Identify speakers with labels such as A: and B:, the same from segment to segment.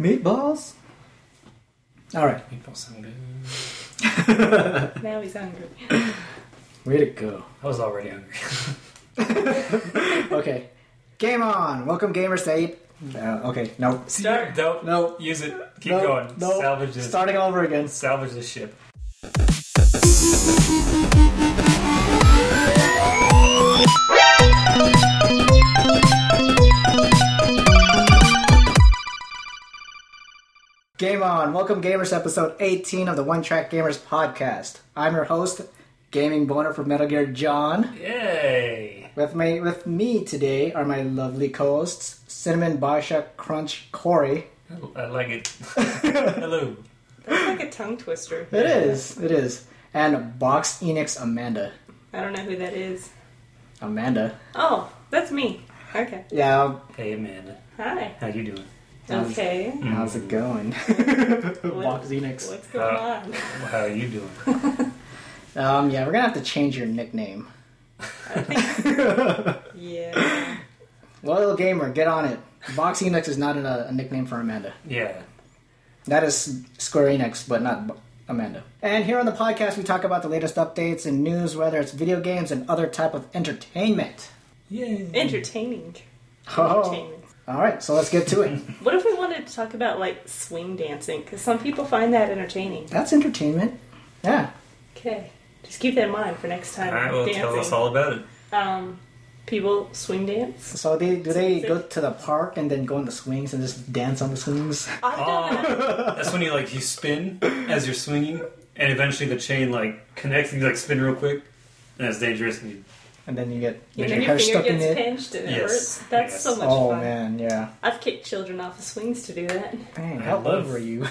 A: Meatballs? Alright.
B: Meatballs sound good.
C: Now he's hungry.
A: Way to go.
B: I was already hungry.
A: Okay. Game on! Welcome, gamers, to eight. Uh, okay, no.
B: Start. Nope.
A: No.
B: Use it. Keep
A: no,
B: going.
A: no.
B: Salvage this.
A: Starting all over again.
B: Salvage this ship.
A: Game on! Welcome, gamers, to episode 18 of the One Track Gamers podcast. I'm your host, Gaming Boner from Metal Gear John.
B: Yay!
A: With my with me today are my lovely co-hosts, Cinnamon Basha Crunch Corey.
B: I like it. Hello.
C: That's like a tongue twister.
A: It is, it is, and Box Enix Amanda.
C: I don't know who that is.
A: Amanda.
C: Oh, that's me. Okay.
A: Yeah,
B: Hey, Amanda.
C: Hi.
B: How you doing?
C: Okay.
B: Mm-hmm.
A: how's it going? Box Enix.
C: What's going on?
B: How are you doing?
A: Um, yeah, we're gonna have to change your nickname.
C: I think. Yeah.
A: Loyal gamer, get on it. Box Enix is not a, a nickname for Amanda.
B: Yeah.
A: That is Square Enix, but not B- Amanda. And here on the podcast, we talk about the latest updates and news, whether it's video games and other type of entertainment.
B: Yay.
C: Entertaining.
A: Oh.
C: Entertainment.
A: All right, so let's get to it.
C: What if we wanted to talk about like swing dancing? Because some people find that entertaining.
A: That's entertainment. Yeah.
C: Okay. Just keep that in mind for next time.
B: All right. Well,
C: dancing.
B: tell us all about it.
C: Um, people swing dance.
A: So they do they go to the park and then go on the swings and just dance on the swings?
C: I don't know.
B: That's when you like you spin as you're swinging, and eventually the chain like connects and you like spin real quick, and it's dangerous. And you,
A: And then you get
C: And
A: your
C: then
A: hair
C: your finger
A: stuck in
C: gets
A: it.
C: pinched and it
B: Yes.
C: hurts. That's
B: Yes.
C: so much
A: Oh
C: fun.
A: man, yeah.
C: I've kicked children off of swings to do that.
A: Dang,
B: I
A: how old
B: love-
A: were you?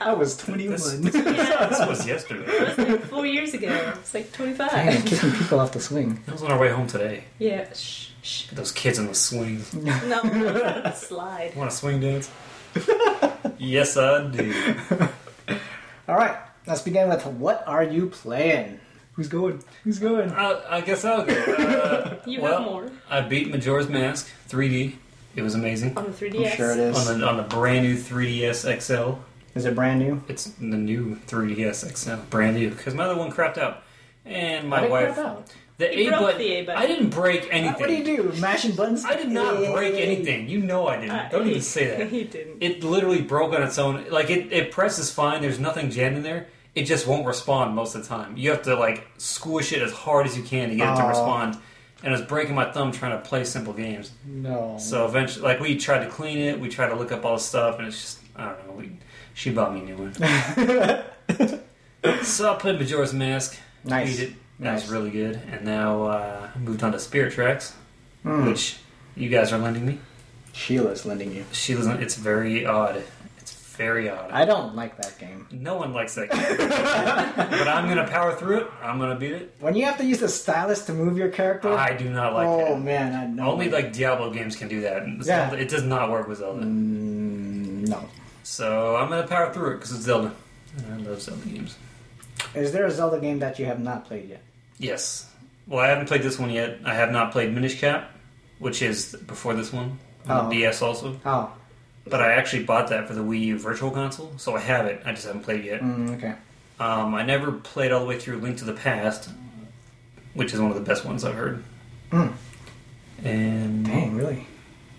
A: I was twenty
B: This-
A: one.
B: this was yesterday.
C: Four years ago. It's like 25.
A: Dang, kicking people off the swing.
B: I was on our way home today.
C: Yeah. Shh. shh.
B: Those kids on the swings. You
C: No, that's slide.
B: want to swing dance? yes, I do.
A: All right, let's begin with what are you playing? Who's going? Who's going?
B: I, I guess I'll go. Uh,
C: You
B: well,
C: have more
B: I beat Majora's Mask 3D. It was amazing.
C: on the 3DS.
A: I'm sure it is.
B: On the, on the brand new 3DS XL.
A: Is it brand new?
B: It's the new 3DS XL. Brand new. Because my other one crapped out. And my
A: How did it
B: wife.
A: crap out?
B: The
C: He
B: A
C: broke
B: button.
C: the A button.
B: I didn't break anything.
A: What do you do? Mashing buttons?
B: I did not break anything. You know I didn't.
C: Uh,
B: Don't
C: he-
B: even say that.
C: He didn't.
B: It literally broke on its own. Like it, it presses fine. There's nothing jammed in there. It just won't respond most of the time. You have to like squish it as hard as you can to get it to
A: Aw.
B: respond. And it's breaking my thumb trying to play simple games.
A: No.
B: So eventually, like we tried to clean it, we tried to look up all the stuff, and it's just I don't know. We, she bought me a new one. so I played Majora's Mask.
A: Nice.
B: beat it. That
A: Nice.
B: was really good. And now uh, moved on to Spirit Tracks,
A: Hmm.
B: which you guys are lending me.
A: Sheila's lending you.
B: She doesn't. It's very odd. It's very odd.
A: I don't like that game.
B: No one likes that game. but I'm gonna power through it. I'm gonna beat it.
A: When you have to use the stylus to move your character.
B: I do not like
A: oh
B: that.
A: man, I know.
B: Only like Diablo games can do that. Zelda-
A: Yeah.
B: It does not work with Zelda.
A: Mm, no.
B: So I'm gonna power through it because it's Zelda. And I love Zelda games.
A: Is there a Zelda game that you have not played yet?
B: Yes. Well, I haven't played this one yet. I have not played Minish Cap, which is before this one. On
A: Oh.
B: the DS also.
A: Oh.
B: But I actually bought that for the Wii U Virtual Console, so I have it. I just haven't played it yet.
A: Mm, okay.
B: Um, I never played all the way through Link to the Past, which is one of the best ones I've heard.
A: Mm.
B: And
A: Dang, really?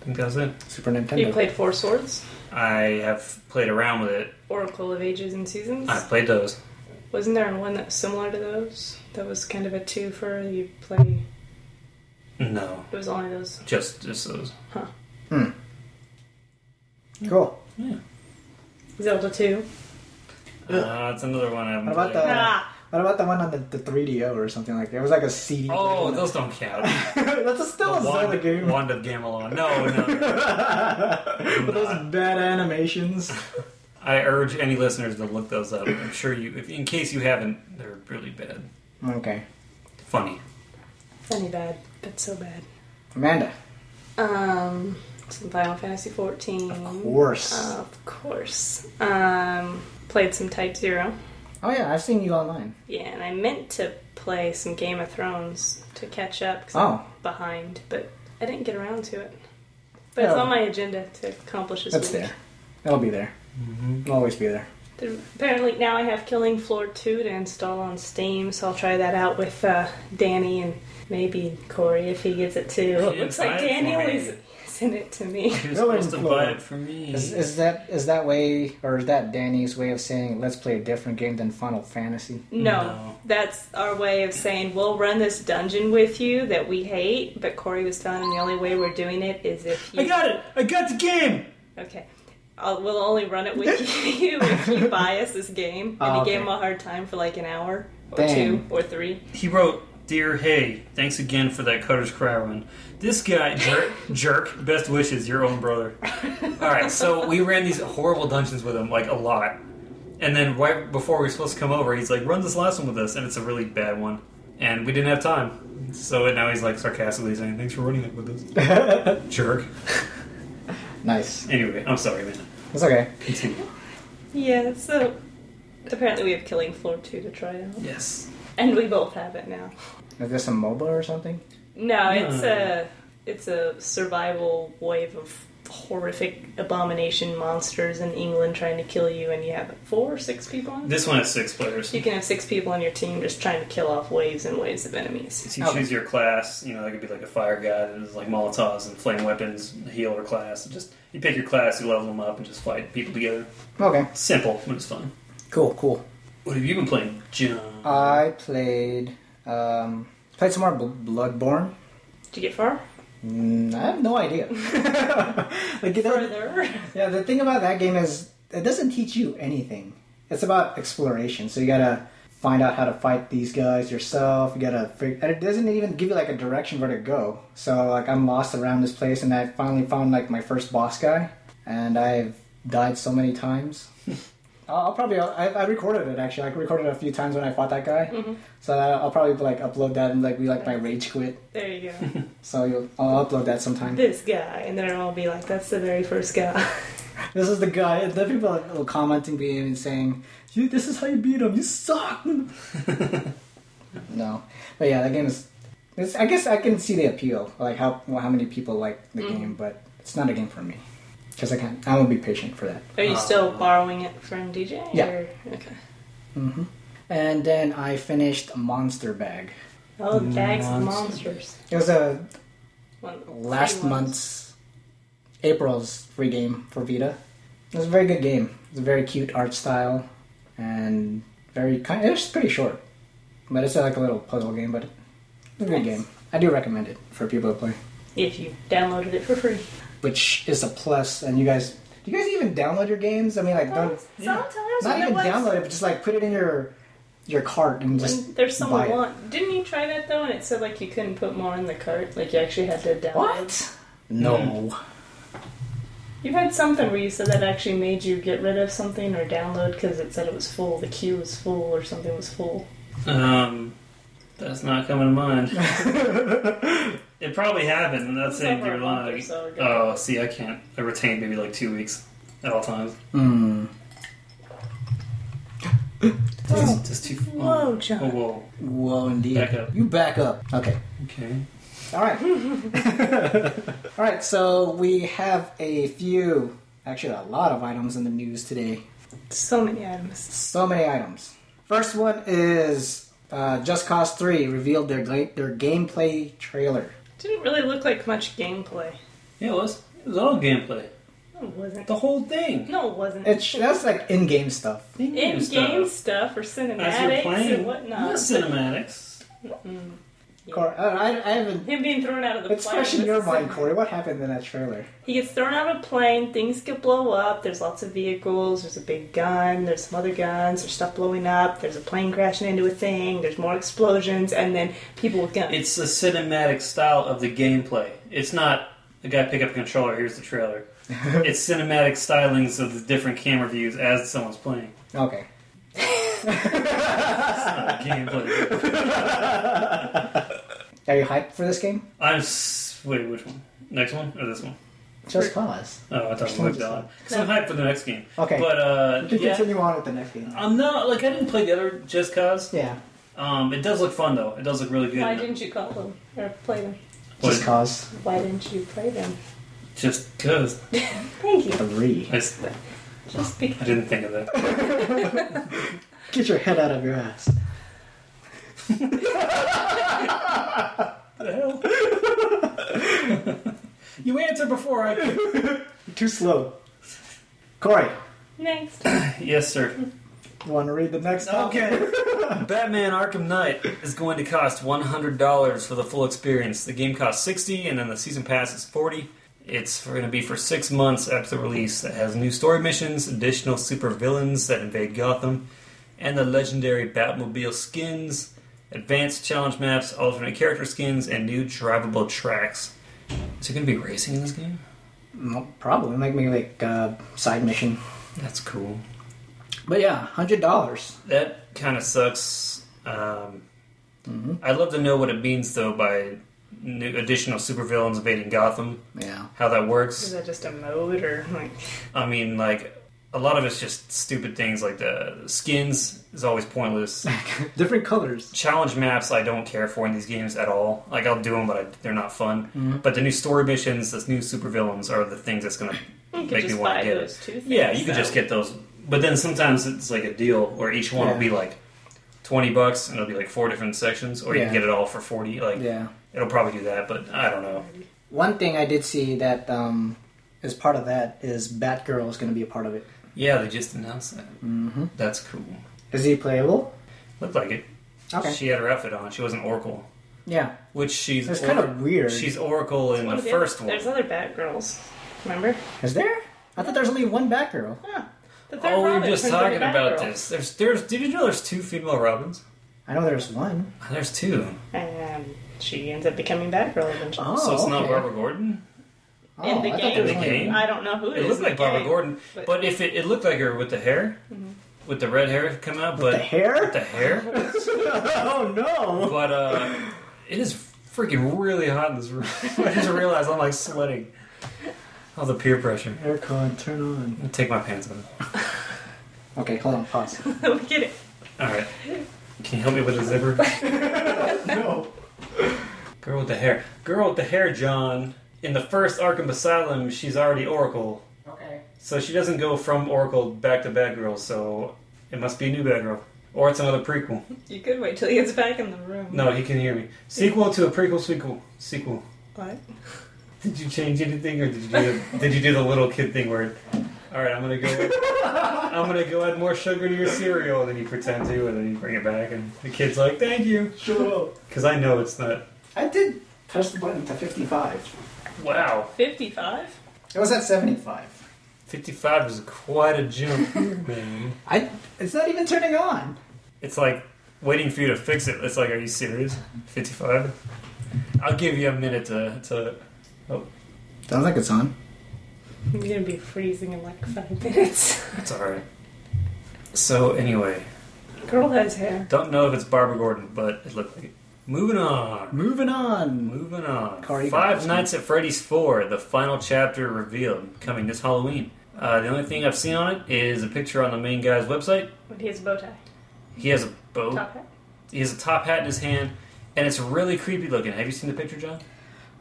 B: I think that's it.
A: Super Nintendo.
C: You played Four Swords,
B: I have played around with it.
C: Oracle of Ages and Seasons.
B: I've played those.
C: Wasn't there one that was similar to those? That was kind of a two for you play.
B: No,
C: It was only those.
B: just just those.
A: Cool.
B: Yeah,
C: Zelda 2.
B: uh, that's another one I haven't
A: What about
B: played.
A: the-
C: Ah.
A: What about the one on the, the 3DO or something like that? It was like a CD.
B: Oh, those don't count.
A: That's a- still
B: The
A: a Zelda
B: wand,
A: game.
B: Wand of Gamelon. No, no.
A: With those bad animations.
B: I urge any listeners to look those up. I'm sure you, if, in case you haven't, they're really bad.
A: Okay.
B: Funny.
C: Funny bad, but so bad.
A: Amanda.
C: Um, some Final Fantasy 14.
A: Of course.
C: Of course. Um, played some Type Zero.
A: Oh, yeah, I've seen you online.
C: Yeah, and I meant to play some Game of Thrones to catch up because I'm
A: Oh,
C: behind, but I didn't get around to it. But it's
A: Yeah.
D: Oh.
C: on my agenda to accomplish this
A: that's
C: week.
A: there. It'll be there.
B: Mm-hmm.
A: It'll always be there.
C: There- Apparently now I have Killing Floor 2 to install on Steam, so I'll try that out with uh, Danny and maybe Corey if he gets it too.
D: She
C: It looks like
D: invited
C: Danny
D: me.
C: always sent it to me.
D: You're
A: Villain
D: supposed to
A: Flora.
D: buy it for me.
A: Is, is that is that way or is that Danny's way of saying let's play a different game than Final Fantasy?
C: No,
D: No.
C: that's our way of saying we'll run this dungeon with you that we hate. But Corey was telling him the only way we're doing it is if you.
D: I got it! I got the game!
C: Okay. I'll, we'll only run it with you if you buy us this game. And
A: Oh,
C: he gave
A: okay.
C: him a hard time for like an hour or
A: Dang.
C: two or three.
D: He wrote, Dear Hey, thanks again for that Cutter's Cry run. This guy, jerk, jerk, best wishes, your own brother.
B: All right, so we ran these horrible dungeons with him like a lot, and then right before we were supposed to come over, he's like, "Run this last one with us," and it's a really bad one, and we didn't have time. So now he's like sarcastically saying, "Thanks for running it with us, jerk."
A: nice.
B: Anyway, I'm sorry, man.
A: It's okay.
B: Continue.
C: Yeah, so apparently we have Killing Floor 2 to try out.
B: Yes.
C: And we both have it now.
A: Is this a MOBA or something?
C: No, it's
D: No.
A: Hmm.
C: a it's a survival wave of horrific abomination monsters in England trying to kill you, and you have four or six people on.
D: This one has six players.
C: You can have six people on your team just trying to kill off waves and waves of enemies.
D: If you choose your class, you know, that could be like a fire guy, and there's like Molotovs and flame weapons, healer class. Just You pick your class, you level them up, and just fight people together.
A: Okay.
D: Simple, but it's fun.
A: Cool. Cool.
D: What have you been playing, John?
A: I played um, played some more Bl- Bloodborne.
C: Did you get far?
A: Mm, I have no idea. like, you know,
C: Further?
A: yeah, the thing about that game is it doesn't teach you anything. It's about exploration, so you gotta find out how to fight these guys yourself. You gotta, fig- and it doesn't even give you like a direction where to go. So like I'm lost around this place, and I finally found like my first boss guy, and I've died so many times. I'll, I'll probably I, I recorded it actually. I recorded it a few times when I fought that guy, so I'll probably like upload that and like be like my rage quit.
C: There you go.
A: So you'll, I'll upload that sometime.
C: this guy, and then I'll be like, "That's the very first guy."
A: This is the guy. and The people are commenting me and saying, "You, this is how you beat him. You suck." no, but yeah, that game is. It's, I guess I can see the appeal, like how well, how many people like the game, but it's not a game for me because I can't. I won't be patient for that.
C: Are you still borrowing it from DJ?
A: Yeah.
C: Or? Okay.
A: Mm-hmm. And then I finished Monster Bag.
C: Oh, the bags of
B: Monsters.
C: monsters.
A: It was a
C: One of the
A: last
C: free ones.
A: month's April's free game for Vita. It was a very good game. It's a very cute art style and very kind. It was pretty short, but it's like a little puzzle game. But it's a good
C: Nice.
A: game. I do recommend it for people to play,
C: If you downloaded it for free.
A: which is a plus. And you guys, do you guys even download your games? I mean, like
C: Oh,
A: don't
C: Sometimes
A: not
C: when
A: even
C: it was-
A: download it, but just like put it in your your cart and just
C: When there's
A: buy
C: someone
A: it.
C: want. Didn't you try that though? And it said like you couldn't put more in the cart. Like you actually had to download.
A: what? No.
C: You had something where you said that actually made you get rid of something or download because it said it was full. The queue was full or something was full.
D: Um, that's not coming to mind. it probably happened, and that
C: It's
D: saved
C: over
D: your
C: a month or
D: life.
C: so ago.
D: Oh, see, I can't. I retain maybe like two weeks at all times.
A: Hmm.
D: Just, just too. oh,
C: Whoa,
D: Oh,
C: John.
D: whoa.
A: Whoa, indeed.
D: Back up.
A: You back up. Okay.
D: Okay.
A: All right. All right. So we have a few, actually, a lot of items in the news today.
C: So many items.
A: So many items. First one is uh, Just Cause Three revealed their gla- their gameplay trailer.
C: Didn't really look like much gameplay.
D: Yeah, it was. It was all gameplay.
C: No, it wasn't.
D: The whole thing.
C: No, it wasn't.
A: It sh- that's like in game stuff.
C: in
B: uh,
C: game stuff or
D: As you're
C: cinematics
D: playing.
C: and whatnot.
D: Not cinematics.
A: Cor- uh, I, I haven't.
C: Him being thrown out of the
A: It's
C: plane.
A: fresh in
C: was
A: your
C: a
A: mind,
C: cinematic.
A: Corey. What happened in that trailer?
C: He gets thrown out of a plane, things get blow up, there's lots of vehicles, there's a big gun, there's some other guns, there's stuff blowing up, there's a plane crashing into a thing, there's more explosions, and then people with guns.
D: It's the cinematic style of the gameplay. It's not the guy pick up a controller. Here's the trailer. it's cinematic stylings of the different camera views as someone's playing.
A: Okay.
D: Uh, gameplay.
A: Are you hyped for this game?
D: I'm s- wait, which one? Next one or this one?
A: Just Cause.
D: Oh, I thought we moved on. So I'm hyped for the next game.
A: Okay.
D: But uh,
A: We can
D: yeah,
A: continue on with the next
B: Uh,
A: game.
D: I'm not like I didn't play the other Just Cause.
A: Yeah.
D: Um, it does look fun though. It does look really good.
C: Why didn't you call them or play them?
D: What-
A: Just Cause
C: Why didn't you play them?
D: Just Cause.
C: Thank you.
A: Three.
D: I s-
C: Just be.
D: I didn't think of that.
A: Get your head out of your ass.
D: What the hell? you answered before I. could.
A: Too slow. Corey,
C: Next.
D: yes, sir.
A: want to read the next topic?
B: Okay. Batman Arkham Knight is going to cost $100 for the full experience. The game costs 60 and then the season pass is 40. It's going to be for 6 months after the release. That has new story missions, additional supervillains that invade Gotham, and the legendary Batmobile skins, advanced challenge maps, alternate character skins, and new drivable tracks. Is it going to be racing in this game?
A: No, probably. Make me like uh, side mission.
B: That's cool.
A: But yeah, hundred dollars.
B: That kind of sucks. Um, I'd love to know what it means, though, by new additional supervillains invading Gotham.
A: Yeah.
B: How that
C: Is
B: works.
C: that just a mode or like?
B: I mean, like a lot of it's just stupid things. Like the skins is always pointless.
A: Different colors.
B: Challenge maps I don't care for in these games at all. Like I'll do them, but I, they're not fun. But the new story missions, this new supervillains are the things that's gonna
C: You could
B: make me
C: just
B: want
C: buy
B: to get
C: those
B: it.
C: two things.
B: Yeah, you could
C: though.
B: just get those. But then sometimes it's like a deal where each one will
A: Yeah.
B: be like twenty bucks, and it'll be like four different sections, or you
A: Yeah.
B: can get it all for forty. Like
A: Yeah.
B: it'll probably do that, but I don't know.
A: One thing I did see that um, is part of that is Batgirl is going to be a part of it.
B: Yeah, they just announced that.
A: Mm-hmm.
B: That's cool.
A: Is he playable?
B: Looked like it.
A: Okay.
B: She had her outfit on. She was an Oracle,
A: yeah.
B: which she's
A: It's
B: or-
A: kind of weird.
B: She's Oracle in
C: What
B: the
C: are
B: first
C: other,
B: one.
C: There's other Batgirls. Remember?
A: Is there? I thought there's only one Batgirl.
C: Huh. The third
B: Oh, we were
C: Robin
B: just
C: turns into
B: talking about
C: Batgirl.
B: this. There's, there's. Did you know there's two female Robins?
A: I know there's one.
B: There's two.
C: And she ends up becoming Batgirl eventually.
A: Oh,
B: so it's not
A: okay.
B: Barbara Gordon.
A: Oh,
C: in the
A: I thought
C: game.
A: there was
B: In the
A: only
B: game?
A: one.
C: I don't know who it
B: It
C: is.
B: looked
C: in the
B: like Barbara
C: game,
B: Gordon,
C: but-
B: but if it, it looked like her with the hair, with the red hair coming out,
A: The
B: but
A: hair?
B: with the hair,
A: oh no!
B: but uh, it is freaking really hot in this room. I just realized I'm like sweating. All the peer pressure.
A: Aircon, turn on.
B: I'll take my pants off.
A: Okay, hold on, pause.
C: Look at it.
B: All right. Can you help me with the zipper?
A: no.
B: Girl with the hair. Girl with the hair, John. In the first Arkham Asylum, she's already Oracle,
A: Okay.
B: so she doesn't go from Oracle back to Batgirl. So it must be a new Batgirl, or it's another prequel.
C: You could wait till he gets back in the room.
B: No, he can hear me. Sequel to a prequel sequel sequel.
C: What?
B: Did you change anything, or did you do the, did you do the little kid thing where? All right, I'm gonna go. I'm gonna go add more sugar to your cereal, and then you pretend to, and then you bring it back, and the kid's like, "Thank you,"
A: Sure.
B: because I know it's not.
A: I did press the button to 55.
B: Wow,
C: 55?
A: It was at 75.
B: 55 is quite a jump, man.
A: I. It's not even turning on.
B: It's like waiting for you to fix it. It's like, are you serious? 55. I'll give you a minute to to.
A: Sounds like it's on.
C: I'm gonna be freezing in like five minutes.
B: It's all right. So anyway.
C: Girl has hair.
B: Don't know if it's Barbara Gordon, but it looked like it. Moving on.
A: Moving on.
B: Moving on.
A: Corey, you got
B: Five
A: this
B: Nights at Freddy's 4, the final chapter revealed, coming this Halloween. Uh, the only thing I've seen on it is a picture on the main guy's website.
C: But he has a bow tie.
B: He has a bow.
C: Top hat.
B: He has a top hat in his hand, and it's really creepy looking. Have you seen the picture, John?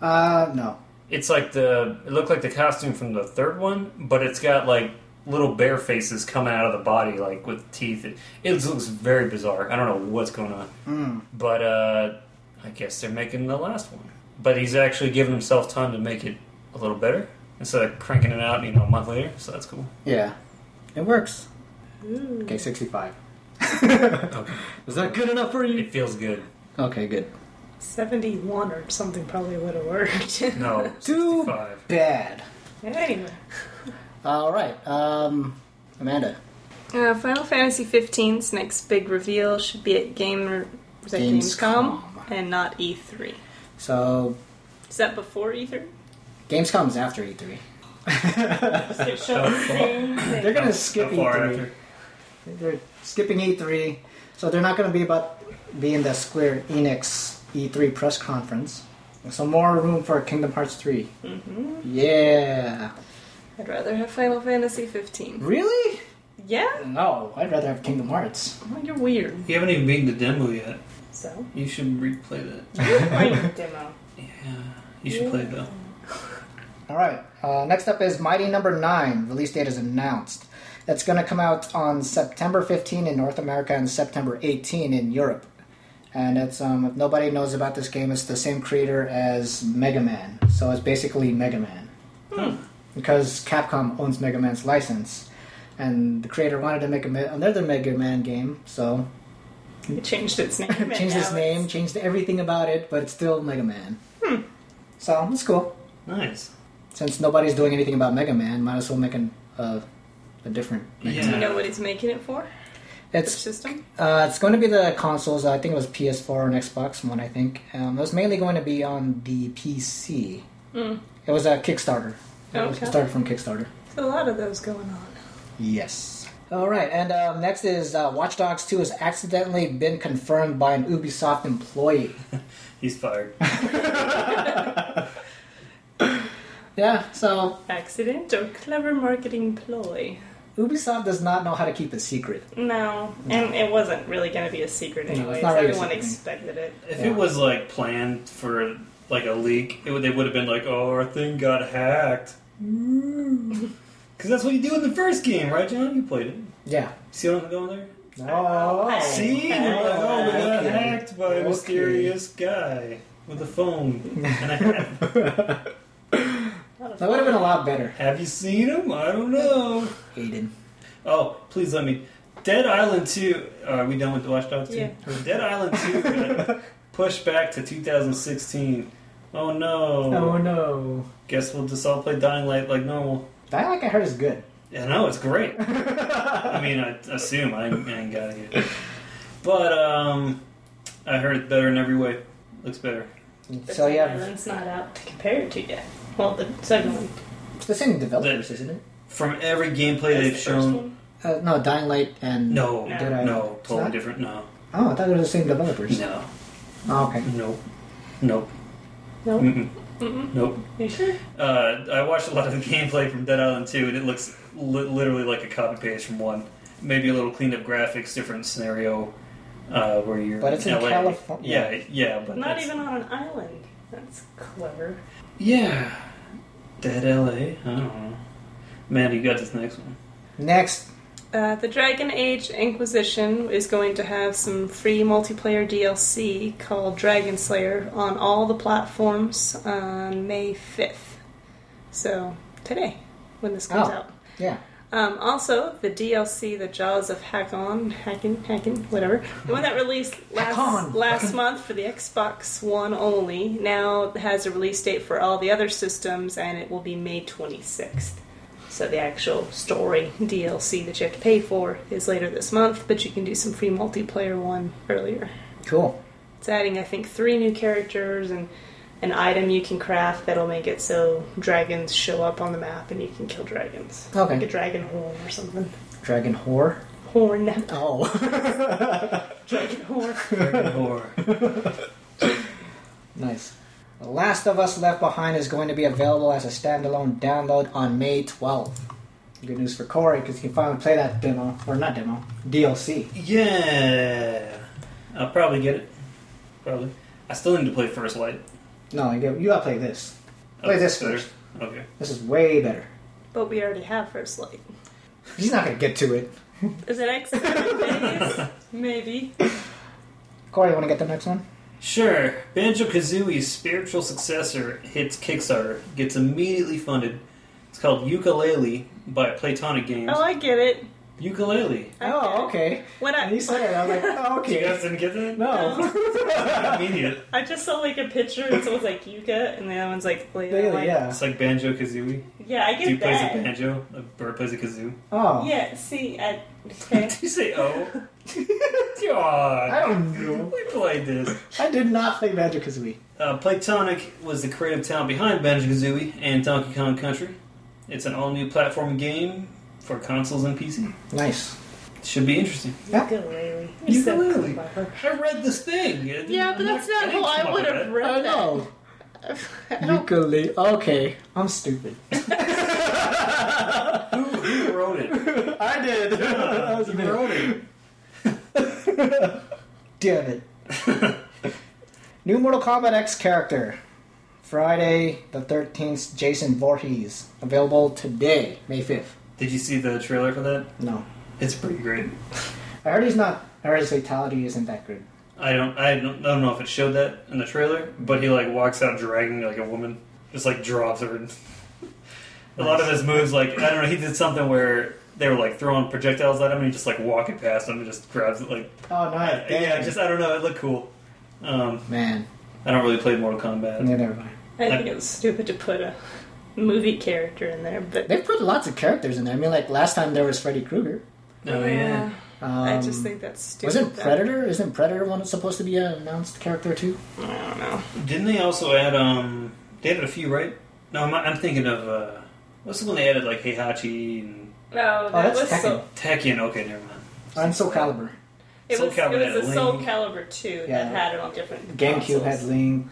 A: Uh, no.
B: It's like the it looked like the costume from the third one, but it's got like little bear faces coming out of the body, like with teeth. It, it looks very bizarre. I don't know what's going on.
A: Mm.
B: But uh, I guess they're making the last one. But he's actually given himself time to make it a little better instead of cranking it out, you know, a month later. So that's cool.
A: Yeah. It works.
C: Ooh.
A: Okay, 65.
B: Okay.
A: Is that good enough for you?
B: It feels good.
A: Okay, good.
C: 71 or something probably would have worked.
B: No,
A: Too
B: 65.
A: bad.
C: anyway.
A: All right. Um, Amanda.
C: Uh, Final Fantasy 15's next big reveal should be at Game, was that
A: Gamescom.
C: Gamescom, and not E3.
A: So
C: Is that before E E3?
A: Gamescom's after E E3.
C: They're showing the same thing.
A: They're gonna
D: How-
A: skip
D: how far
A: E3.
D: after?
A: They're skipping E3, so they're not going to be about be in the Square Enix E3 press conference. So more room for Kingdom Hearts 3.
C: Mhm.
A: Yeah.
C: I'd rather have Final Fantasy 15.
A: Really?
C: Yeah?
A: No, I'd rather have Kingdom Hearts.
C: Well, you're weird.
D: You haven't even beaten the demo yet.
C: So?
D: You should replay that.
C: You're playing the demo.
D: Yeah, you should play it though.
A: All right. Uh, next up is Mighty Number Nine. Release date is announced. That's going to come out on September 15 in North America and September 18 in Europe. And it's um, if nobody knows about this game, it's the same creator as Mega Man, so it's basically Mega Man. Because Capcom owns Mega Man's license, and the creator wanted to make a, me- another Mega Man game, so
C: It changed its name. and
A: changed its
C: now
A: name,
C: it's-
A: changed everything about it, but it's still Mega Man. So it's cool.
D: Nice.
A: Since nobody's doing anything about Mega Man, might as well make an, uh, a different. Mega
D: Yeah.
A: Man.
C: Do you know what it's making it for? The
A: It's
C: system?
A: uh, it's going to be the consoles. I think it was PS4 and Xbox One. I think um, it was mainly going to be on the PC.
C: Mm.
A: It was a Kickstarter. It was
C: Okay.
A: started from Kickstarter.
C: There's a lot of those going on.
A: Yes. All right, and um, next is uh, Watch Dogs 2 has accidentally been confirmed by an Ubisoft employee.
D: He's fired.
A: yeah, so
C: Accident or clever marketing ploy?
A: Ubisoft does not know how to keep a secret.
C: No, and it wasn't really going to be a secret
A: No, it's
C: anyways.
A: not really a
C: Everyone
A: secret.
C: expected it.
D: If
A: Yeah.
D: it was like planned for like a leak, it would, they would have been like, "Oh, our thing got hacked."
C: Mm.
D: Because that's what you do in the first game, right, John? You played it.
A: Yeah.
D: See what I'm going there?
A: Oh,
D: See, We're like, oh, we got
A: okay.
D: hacked by
A: Okay.
D: a mysterious guy with a phone and a hat.
A: That would have been a lot better,
D: Have you seen him? I don't know.
A: Aiden.
D: Oh, please let me. Dead Island 2. Are we done with Watch Dogs 2?
C: Yeah.
D: Dead Island 2 got pushed back to 2016. Oh no.
A: no.
D: Guess we'll just all play Dying Light like normal.
A: Dialect I heard is good.
D: Yeah, no, it's great. I mean, I assume I, ain't- I ain't got it. But um, I heard it's better in every way. Looks better.
A: So
C: The
A: yeah,
C: island's not out to compare it to yet. Well, the second one.
A: it's the same developers, isn't it?
D: From every gameplay
C: That's
D: they've
C: the first
D: shown,
C: one.
A: Uh, no, Dying Light and
D: no,
C: No.
A: Dead Island.
D: no,
A: It's
D: totally
A: not?
D: different. No,
A: Oh, I thought they were the same developers.
D: no,
A: Oh, okay.
D: nope, nope,
C: No.
A: Mm.
D: Mm-mm.
C: Mm-mm.
D: nope.
C: You sure?
D: Uh, I watched a lot of the gameplay from Dead Island 2, and it looks li- literally like a copy paste from one. Maybe a little cleaned up graphics, different scenario uh, where you're.
A: But it's in
D: LA.
A: California.
D: Yeah, yeah, but
C: Not
D: that's-
C: even on an island. That's clever.
D: Yeah, Dead LA. I don't know. Matt, you got this next one.
A: Next,
C: Uh, the Dragon Age Inquisition is going to have some free multiplayer DLC called Dragon Slayer on all the platforms on May 5th. So, today, when this comes
A: Oh.
C: out.
A: yeah,
C: Um, also, the DLC, The Jaws of Hackon, Hackin, Hackin, whatever, the one that released last,
A: Hackon.
C: last month for the Xbox One only, now has a release date for all the other systems, and it will be May 26th. So the actual story DLC that you have to pay for is later this month, but you can do some free multiplayer one earlier.
A: cool.
C: It's adding, I think, three new characters and an item you can craft that'll make it so dragons show up on the map and you can kill dragons.
A: Okay.
C: Like a dragon horn or something.
A: Dragon Whore.
C: Horn.
A: Oh,
C: Dragon horn.
D: or
A: nice. The Last of Us Left Behind is going to be available as a standalone download on May 12th. Good news for Corey because he can finally play that demo or not demo DLC.
D: yeah, I'll probably get it. Probably. I still need to play First Light.
A: No, you gotta, you gotta play this. Play this
D: Better?
A: first.
D: Okay.
A: This is way better.
C: But we already have First Light.
A: He's not gonna get to it.
C: Is it X days? Maybe.
A: Corey, you wanna get the next one?
D: Sure. Banjo Kazooie's spiritual successor hits Kickstarter, gets immediately funded. It's called Ukulele by Platonic Games.
C: Oh, I get it.
D: Ukulele.
C: I get
A: Oh,
C: it.
A: okay.
C: When
A: And you
C: I,
A: said it, I was like, oh,
D: You
A: okay.
D: guys didn't get that?
A: No.
D: Immediate.
C: I just saw like a picture and someone's like Yuka and the other one's like Layla.
A: Really,
C: Like,
A: yeah.
D: It's like Banjo Kazooie.
C: Yeah, I get
D: Dude plays a
C: that.
D: banjo, a bird plays a kazoo.
A: Oh.
C: Yeah, see, I, okay.
D: Did you say oh? God.
A: I don't know.
D: We played this.
A: I did not play Magic Kazooie.
D: Uh, Platonic was the creative talent behind Banjo Kazooie and Donkey Kong Country. It's an all new platform game for consoles and PC.
A: Nice.
D: Should be interesting.
A: Yeah.
C: Ukulele.
D: Ukulele. I read this thing. It-
C: Yeah, but
D: I'm
C: that's not
D: I didn't
C: how
D: come
C: I
D: up
C: would
D: with
C: have
D: that.
A: I
C: read that.
A: know. Ukulele. Okay. I'm stupid.
D: Who, who wrote it?
A: I did. That was
D: Who
A: me.
D: wrote it?
A: Damn it. New Mortal Kombat X character. Friday the 13th, Jason Voorhees. Available today, May 5th.
D: Did you see the trailer for that?
A: No,
D: It's pretty great.
A: I heard he's not. I heard his fatality isn't that good.
D: I don't, I don't, I don't know if it showed that in the trailer, but he like walks out dragging like a woman, just like drops her. a lot of his moves, like I don't know, he did something where they were like throwing projectiles at him, and he just like walking past him and just grabs it. Like,
A: Oh no!
D: I- yeah, just I don't know, it looked cool. Um,
A: man.
D: I don't really play Mortal Kombat.
A: Yeah, never mind.
C: I think it was stupid to put a movie character in there, but
A: They've put lots of characters in there. I mean, like last time there was Freddy Krueger.
D: Oh yeah,
A: Um,
C: I just think that's stupid.
A: wasn't
C: that-
A: Predator? Isn't Predator one that's supposed to be an announced character too?
C: I don't know.
D: didn't they also add um? They added a few, right? No, I'm, I'm thinking of uh, what's the one they added like Heihachi and
C: No, Oh, that
A: Oh, that's
C: was so.
D: Tekken. Okay, never mind.
A: On Soul Calibur,
C: It
D: Soul
C: was,
D: Calibur
C: it was
D: had
C: the
D: a
C: Soul
D: link.
C: Calibur 2
A: Yeah.
C: that had it on different.
A: GameCube
C: consoles.
A: had Link,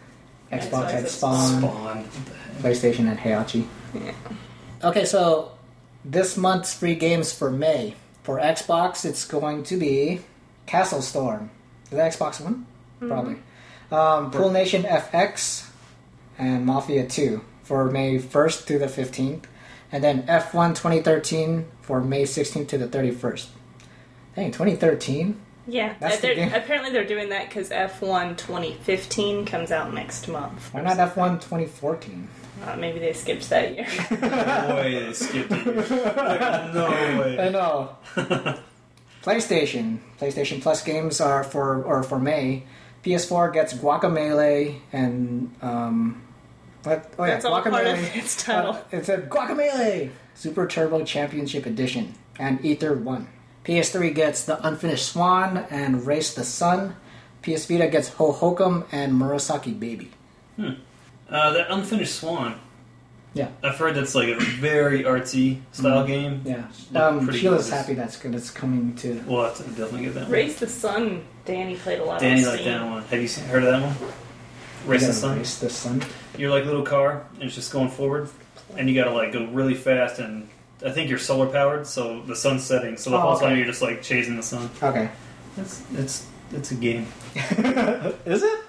C: That's
A: Xbox
C: why I
A: had
C: said
A: Spawn,
D: Spawn. What the heck?
A: PlayStation had Heihachi.
C: Yeah.
A: Okay, so this month's free games for May for Xbox, it's going to be Castle Storm. Is that Xbox One?
C: Mm-hmm. Mm,
A: Probably. Um, Pool Nation FX and Mafia 2 for May 1st through the 15th. And then F1 2013 for May 16th to the 31st. Dang, 2013?
C: Yeah,
A: That's the
C: they're-
A: game.
C: apparently they're doing that because F1 2015 comes out next month.
A: Why not F1 2014?
C: Uh, maybe they skipped that year.
A: Oh,
D: Boy, they skipped it. Like, no way.
A: I know. PlayStation. PlayStation Plus games are for or for May. PS4 gets Guacamelee and um, what? Oh yeah,
C: That's all part of
A: Guacamelee.
C: its title.
A: Uh, it said Guacamelee Super Turbo Championship Edition and Ether One. PS3 gets the Unfinished Swan and Race the Sun. PS Vita gets Ho Hokum and Murasaki Baby.
D: Uh, that unfinished Swan.
A: Yeah.
D: I've heard that's like a very artsy style game.
A: Yeah,
D: Look
A: um,
D: pretty
A: Sheila's
D: good.
A: happy that's good. It's coming to.
D: We'll have to definitely
A: Uh,
D: get that one.
C: Raise the Sun, Danny played a lot
D: Danny
C: on
D: liked
C: Steam.
D: that one. Have you seen, heard of that one? Race the
A: Yeah,
D: Sun.
A: Race the Sun.
D: You're like a little car, and it's just going forward, and you gotta like go really fast. And I think you're solar powered, so the sun's setting. So the
A: Oh,
D: whole
A: okay.
D: time you're just like chasing the sun.
A: Okay.
D: It's it's it's a game.
A: Is it?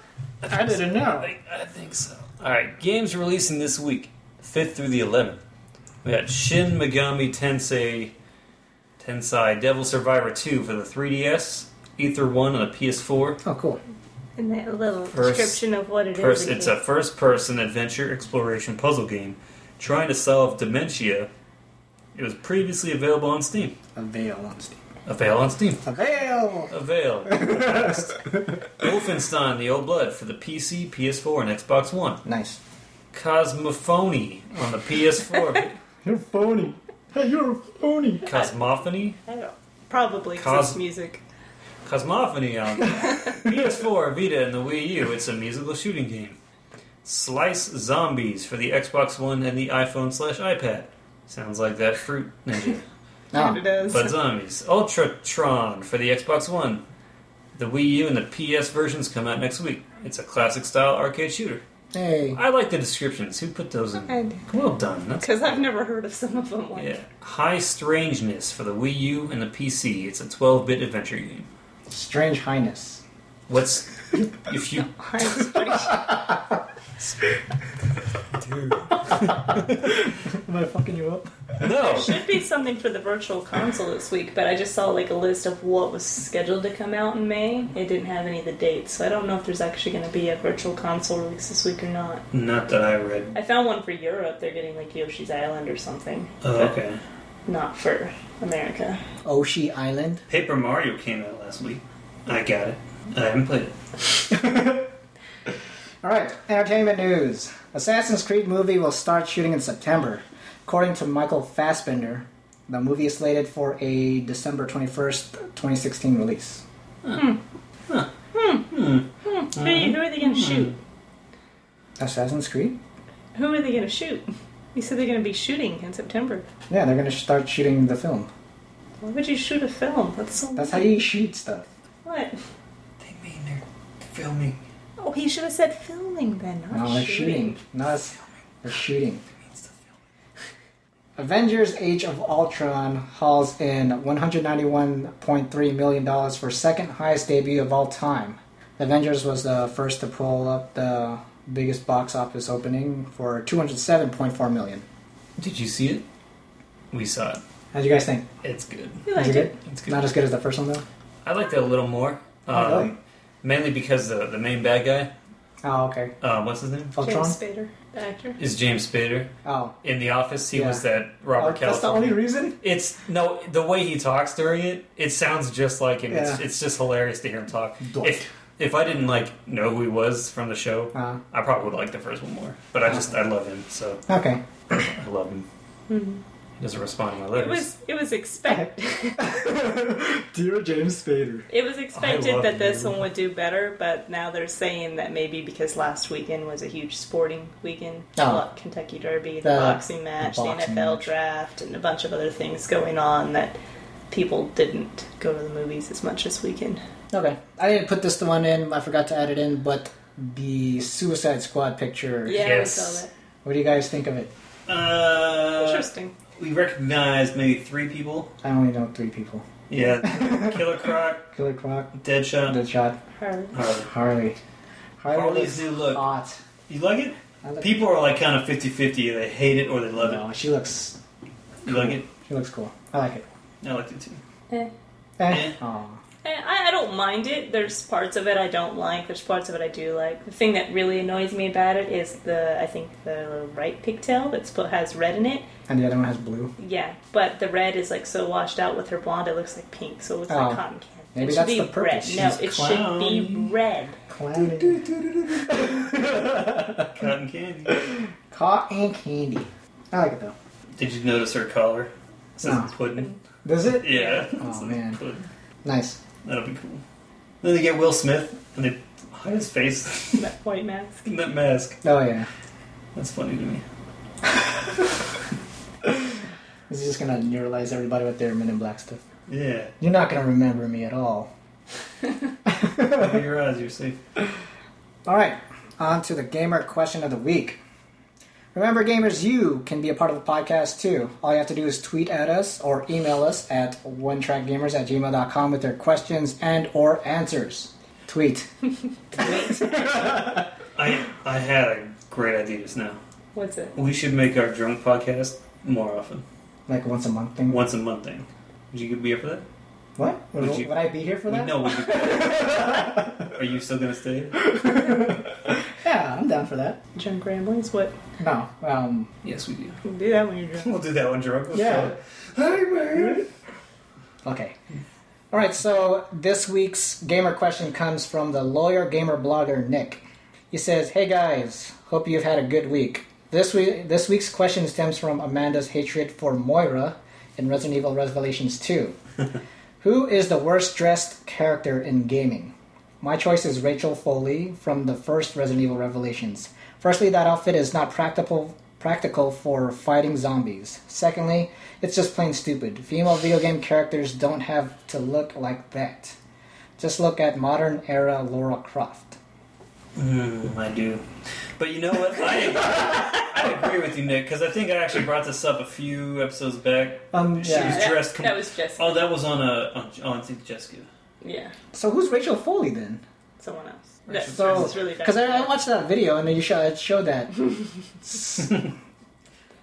A: I didn't know.
D: I, I think so.
B: All right, games releasing this week, fifth through the eleventh. We got Shin Megami Tensei, Tensei Devil Survivor Two for the 3DS, Ether One on the PS4.
A: Oh, cool.
C: And that little
B: First
C: description of what it is.
B: First,
C: again.
B: it's a first-person adventure exploration puzzle game trying to solve dementia. It was previously available on Steam.
A: A veil on Steam.
B: Avail on Steam.
A: A veil!
B: Avail. Wolfenstein: The Old Blood for the PC, PS4, and Xbox One.
A: Nice.
B: Cosmophony on the PS4.
A: You're phony. Hey, you're a phony.
B: Cosmophony?
C: I don't, probably 'cause
B: Cos-
C: it's music.
B: Cosmophony on the PS4, Vita, and the Wii U. It's a musical shooting game. Slice Zombies for the Xbox One and the iPhone slash iPad. Sounds like that fruit ninja.
C: And
A: Ah,
C: it is.
B: but zombies. Ultratron for the Xbox One. The Wii U and the PS versions come out next week. It's a classic style arcade shooter.
A: Hey.
B: I like the descriptions. Who put those in? Well done. That's
C: Because I've never heard of some of them. Like,
B: Yeah. High Strangeness for the Wii U and the PC. It's a 12 bit adventure game.
A: Strange Highness.
B: What's. If you.
C: I-
A: Am I fucking you up?
B: No!
C: should be something for the virtual console this week, but I just saw like a list of what was scheduled to come out in May. It didn't have any of the dates, so I don't know if there's actually going to be a virtual console release this week or not.
D: Not that I read.
C: I found one for Europe. They're getting like Yoshi's Island or something,
D: Oh, okay.
C: not for America.
A: Oshi Island.
D: Paper Mario came out last week. I got it. I haven't played it.
A: Alright, entertainment news. Assassin's Creed movie will start shooting in September. According to Michael Fassbender, the movie is slated for a December 21st, 2016 release.
C: Who, who are they going to shoot?
A: Assassin's Creed?
C: Who are they going to shoot? You said they're going to be shooting in September.
A: Yeah, they're gonna start shooting the film.
C: Why would you shoot a film? That's so.
A: That's how you shoot stuff.
C: What?
D: They mean they're filming.
C: Oh, he should have said filming then, not
A: No, they're
C: shooting.
A: shooting. No, it's, they're shooting. Avengers Age of Ultron hauls in $191.3 million for second highest debut of all time. The Avengers was the first to pull up the biggest box office opening for 207.4 million.
B: Did you see it? We saw it.
A: How'd you guys think?
B: It's good.
C: You
A: Was
C: liked
A: it
C: it.
A: good?
B: It's good.
A: Not as good as the first one though.
B: I liked it a little more.
A: oh,
B: Uh,
A: really?
B: mainly because the the main bad guy,
A: Oh, okay.
B: uh, what's his name,
C: James
A: Ultron.
C: Spader, the actor.
B: is James Spader.
A: Oh,
B: In The Office, he
A: Yeah.
B: was that Robert
A: oh, that's the only
B: California.
A: reason.
B: It's no the way he talks during it. It sounds just like him. It's,
A: Yeah.
B: it's just hilarious to hear him talk.
A: Doit.
B: If if I didn't like know who he was from the show,
A: Uh,
B: I probably would like the first one more. But I just I love him, so
A: okay.
B: I love him.
C: Hmm.
B: He doesn't respond to my
C: It
B: letters.
C: was it was expected.
A: Dear James Spader.
C: it was
B: I
C: expected
B: love
C: that this
B: you.
C: one would do better, but now they're saying that maybe because last weekend was a huge sporting weekend,
A: Oh.
C: like Kentucky Derby, the
A: The-
C: boxing match, the,
A: boxing
C: NFL
A: match.
C: draft, and a bunch of other things going on that people didn't go to the movies as much this weekend.
A: Okay. I didn't put this one in. I forgot to add it in, but the Suicide Squad picture.
C: Yeah,
B: Yes.
C: we saw that.
A: What do you guys think of it?
D: Uh,
C: Interesting.
D: we recognized maybe three people.
A: I only know three people.
D: Yeah, Killer Croc,
A: Killer Croc,
D: Deadshot,
A: Deadshot,
C: Her.
D: Harley.
A: Harley. Harley
D: Harley's new
A: looks
D: look.
A: hot.
D: You like it?
A: I look-
D: People are like kind of 50-50. They hate it or they love
A: No, she looks.
D: it. You like it?
A: She looks cool. I like it.
D: I liked it too.
C: Eh.
A: Eh.
D: Eh.
A: Aw.
C: I, I don't mind it. There's parts of it I don't like. There's parts of it I do like. The thing that really annoys me about it is the I think the little right pigtail that's put has red in it.
A: And the other one has blue.
C: Yeah, but the red is like so washed out with her blonde. It looks like pink, so it looks
A: Oh.
C: like cotton candy.
A: Maybe
C: it should
A: that's
C: be
A: the purpose.
C: Red. No,
D: She's
C: it
D: clown.
C: should be red.
A: Clowny.
D: Cotton candy.
A: Cotton candy. I like it though.
D: Did you notice her collar? It says
A: No.
D: pudding.
A: Does it?
D: Yeah.
A: Oh,
D: It says
A: man.
D: pudding.
A: Nice.
D: That'll be cool. Then they get Will Smith and they hide his face
C: That white mask.
D: in that mask.
A: Oh yeah.
D: That's funny to me.
A: This is just gonna neuralize everybody with their Men in Black stuff.
D: Yeah.
A: You're not gonna remember me at all.
D: Open your eyes, you're safe.
A: All right, on to the gamer question of the week. Remember, gamers, you can be a part of the podcast too. All you have to do is tweet at us or email us at onetrackgamers at gmail.com with your questions and or answers. Tweet.
D: I I had a great idea just now.
C: What's it?
D: We should make our drunk podcast more often.
A: Like once a month thing.
D: Once a month thing. Would you be up for that?
A: What? Would,
D: Would you-
A: would I be here for that?
D: No, would you? Are you still gonna stay?
A: Yeah, I'm down for that.
C: Drunk ramblings. What?
A: No. Um,
D: Yes, we do.
C: You can do that when you're drunk.
D: We'll do that one drunk. Let's
A: Yeah.
D: do it. Hey man.
A: Okay. All right, so this week's gamer question comes from the lawyer gamer blogger Nick. He says, "Hey guys, hope you've had a good week. This week this week's question stems from Amanda's hatred for Moira in Resident Evil Revelations 2. Who is the worst dressed character in gaming? My choice is Rachel Foley from the first Resident Evil Revelations. Firstly, that outfit is not practical practical for fighting zombies. Secondly, it's just plain stupid. Female video game characters don't have to look like that. Just look at modern era Laura Croft.
B: Hmm.
D: Mm, I do. But you know what? I agree, I agree with you, Nick, because I think I actually brought this up a few episodes back.
A: Um,
D: She was
C: Yeah.
D: dressed. Com-
C: That was just
D: oh, that was on a on, on I think Jessica.
C: yeah.
A: So who's Rachel Foley then?
C: Someone else.
D: Right.
C: That-
A: So,
C: this is really bad.
A: because I, I watched that video and then you show, it showed that.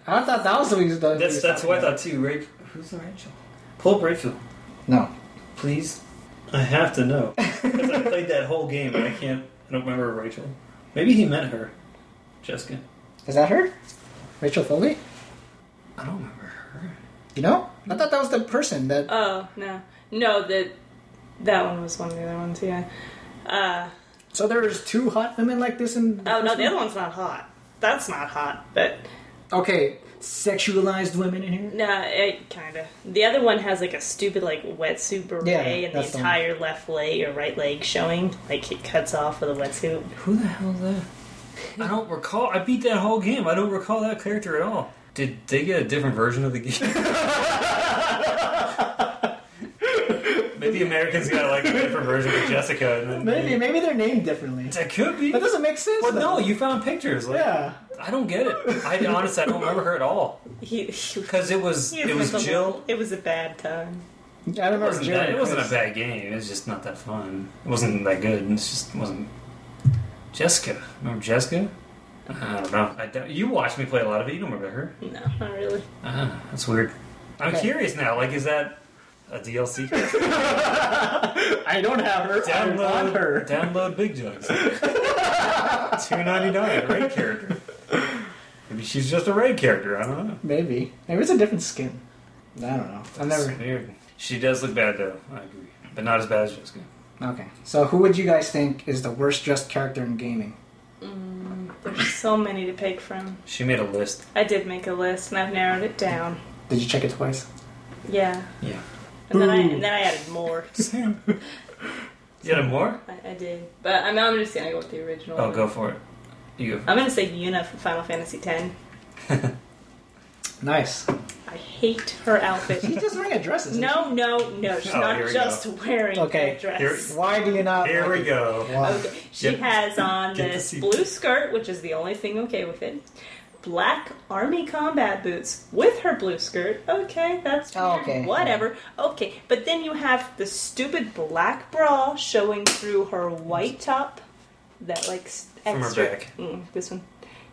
A: I thought that was the reason. the-
D: That's that's what I thought too. Rachel, who's Rachel? Pull up Rachel,
A: No.
D: please. I have to know because I played that whole game and I can't. I don't remember Rachel. Maybe he meant her, Jessica.
A: Is that her? Rachel Foley?
D: I don't remember her.
A: You know? I thought that was the person that.
C: Oh no, no that that one was one of the other ones. Yeah. Uh,
A: So there's two hot women like this in.
C: oh no, the other one's not hot. That's not hot, but
A: Okay, sexualized women in here?
C: Nah, it kind of. The other one has like a stupid like wetsuit beret
A: Yeah,
C: and the
A: that's the one.
C: entire left leg or right leg showing. Like it cuts off with a wetsuit.
D: Who the hell is that? I don't recall. I beat that whole game. I don't recall that character at all.
B: Did they get a different version of the game?
D: Maybe Americans got like a different version of Jessica. And then
A: Maybe, maybe they're named differently.
D: That could be.
A: That doesn't make sense.
D: But
A: though.
D: no, you found pictures. Like,
A: Yeah.
B: I don't get it. I honestly I don't remember her at all
C: He, he,
B: because it was
C: he
B: it was
C: mental-
B: Jill.
C: It was a bad time.
A: I
B: It
A: remember
B: wasn't,
A: Jerry.
B: that, it wasn't a
A: Chris.
B: bad game. It was just not that fun. It wasn't that good. and It's just it wasn't. Jessica, remember Jessica? I don't know. I don't, you watched me play a lot of it. You don't remember her?
C: No, not really.
B: Ah, that's weird. I'm
A: Okay.
B: curious now. Like, is that a DLC?
A: I don't have her. I want
B: download
A: her.
B: Download Big Jugs. Two ninety nine raid character. Maybe she's just a raid character. I don't know.
A: Maybe. Maybe it's a different skin. I don't know. I've never.
B: It's weird. She does look bad though. I agree, but not as bad as Jessica.
A: Okay. So who would you guys think is the worst dressed character in gaming?
C: Mm, There's so many to pick from.
B: She made a list.
C: I did make a list and I've narrowed it down.
A: Did you check it twice?
C: Yeah.
B: Yeah.
C: And then I,
A: Ooh.
C: and then I added more.
B: Sam. You got more?
C: I, I did. But I'm, I'm just going to go with the original.
B: Oh, go for it. You go.
C: I'm going to say Yuna from Final Fantasy X.
A: Nice.
C: I hate her outfit.
A: She's just wearing a dress. isn't
C: no, no, no. She's
B: Oh,
C: not
B: here we
C: just wearing
A: Okay.
C: a dress.
A: she?
B: Here-
A: Why do you not?
B: Here
A: like
B: we
A: it?
B: go.
A: Why?
C: Okay. She
B: Get-
C: has on
B: get the
C: this
B: seat.
C: blue skirt, which is the only thing okay with it. Black army combat boots with her blue skirt. Okay, that's
A: Oh,
C: weird.
A: okay.
C: Whatever. Okay, but then you have the stupid black bra showing through her white top. That like s-
B: From her
C: extra.
B: back.
C: Mm, this one.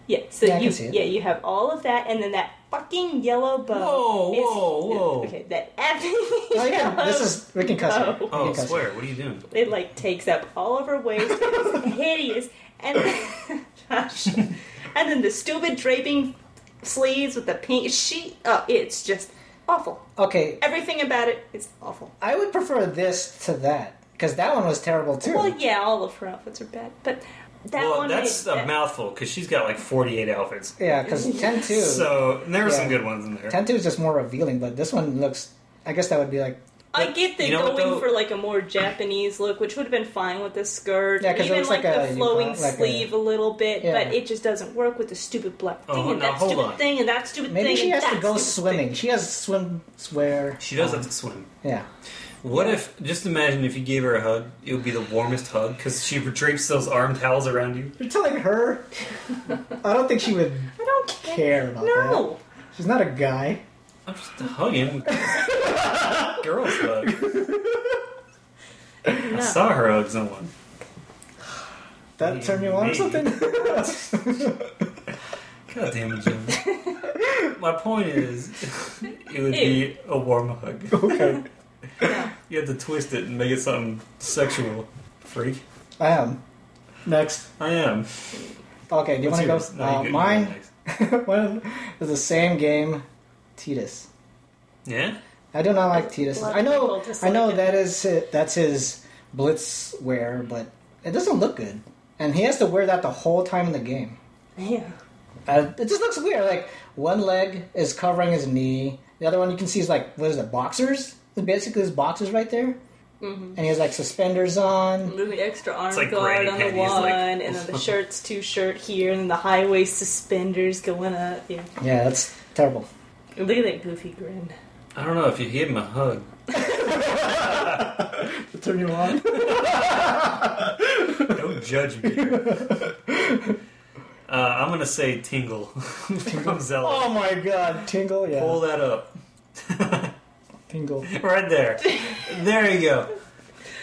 C: Yeah. So
A: Yeah, I
C: you
A: can see it.
C: yeah you have all of that, and then that fucking yellow bow.
B: Whoa,
C: is-
B: whoa, whoa.
C: Okay, that effing.
A: Oh, yeah,
C: yellow
A: this is we can cuss.
C: Oh.
A: here. We can
B: Oh,
A: cuss
B: swear! What are you doing?
C: it like takes up all of her waist. It's hideous. And then, Josh, and then the stupid draping sleeves with the pink. She, oh, it's just awful.
A: here. Okay,
C: Everything about it is awful.
A: I would prefer this to that because that one was terrible too.
C: Well, yeah, all of her outfits are bad, but that
B: well,
C: one.
B: that's
C: made-
B: a mouthful because she's got like forty-eight outfits.
A: yeah, because ten two.
B: So and there were some
A: Yeah.
B: good ones in there.
A: Ten two is just more revealing, but this one looks. I guess that would be like
C: I get that
B: You know what,
C: going
B: though?
C: for like a more Japanese look, which would have been fine with the skirt,
A: Yeah,
C: and
A: 'cause it
C: even
A: looks
C: like,
A: like a
C: the flowing
A: unicorn, like a-
C: sleeve a, little bit,
A: Yeah.
C: but it just doesn't work with the stupid black
B: Oh,
C: thing and
B: now
C: that
B: hold
C: stupid
B: on.
C: thing and that stupid
A: maybe
C: thing.
A: she
C: and
A: has to
C: that
A: go
C: stupid thing.
A: swimming. She has swim swear.
B: She does have to swim.
A: Yeah.
B: What if? Just imagine if you gave her a hug, it would be the warmest hug because she drapes those arm towels around you.
A: You're telling her? I don't think she would
C: I don't care.
A: care about
C: No.
A: that. She's not a guy.
B: I'm just hugging. Girls hug. I saw her hug someone.
A: That turned you on or
B: Maybe.
A: something?
B: God damn it, Jim. My point is, it would
C: Ew.
B: be a warm hug.
A: okay.
B: You have to twist it and make it something sexual. Freak.
A: I am. Um, Next.
B: I am.
A: Okay, do you want
B: What's
A: to go?
B: yours? No, you
A: uh,
B: go- you go
A: mine
B: next.
A: Mine is the same game, Titus.
B: Yeah.
A: I do not like
C: A
A: Titus.
C: lot of
A: I know,
C: people dislike
A: I know
C: it.
A: that is that's his blitz wear, but it doesn't look good, and he has to wear that the whole time in the game.
C: Yeah.
A: Uh, it just looks weird. Like one leg is covering his knee, the other one you can see is like what is it, boxers? Basically, his boxers right there, and he has like suspenders on.
C: And then the extra arm
B: like
C: guard
B: Granny
C: on the
B: Penny's,
C: one,
B: like-
C: and then the shirt's two shirt here, and then the high waist suspenders going up. Yeah.
A: Yeah, that's terrible.
C: And look at that goofy grin.
B: I don't know if you gave him a hug.
A: Turn you on.
B: Don't judge me. Uh, I'm gonna say tingle from Zelda.
A: oh my god, tingle. Yeah,
B: Pull that up.
A: tingle.
B: right there. There you go.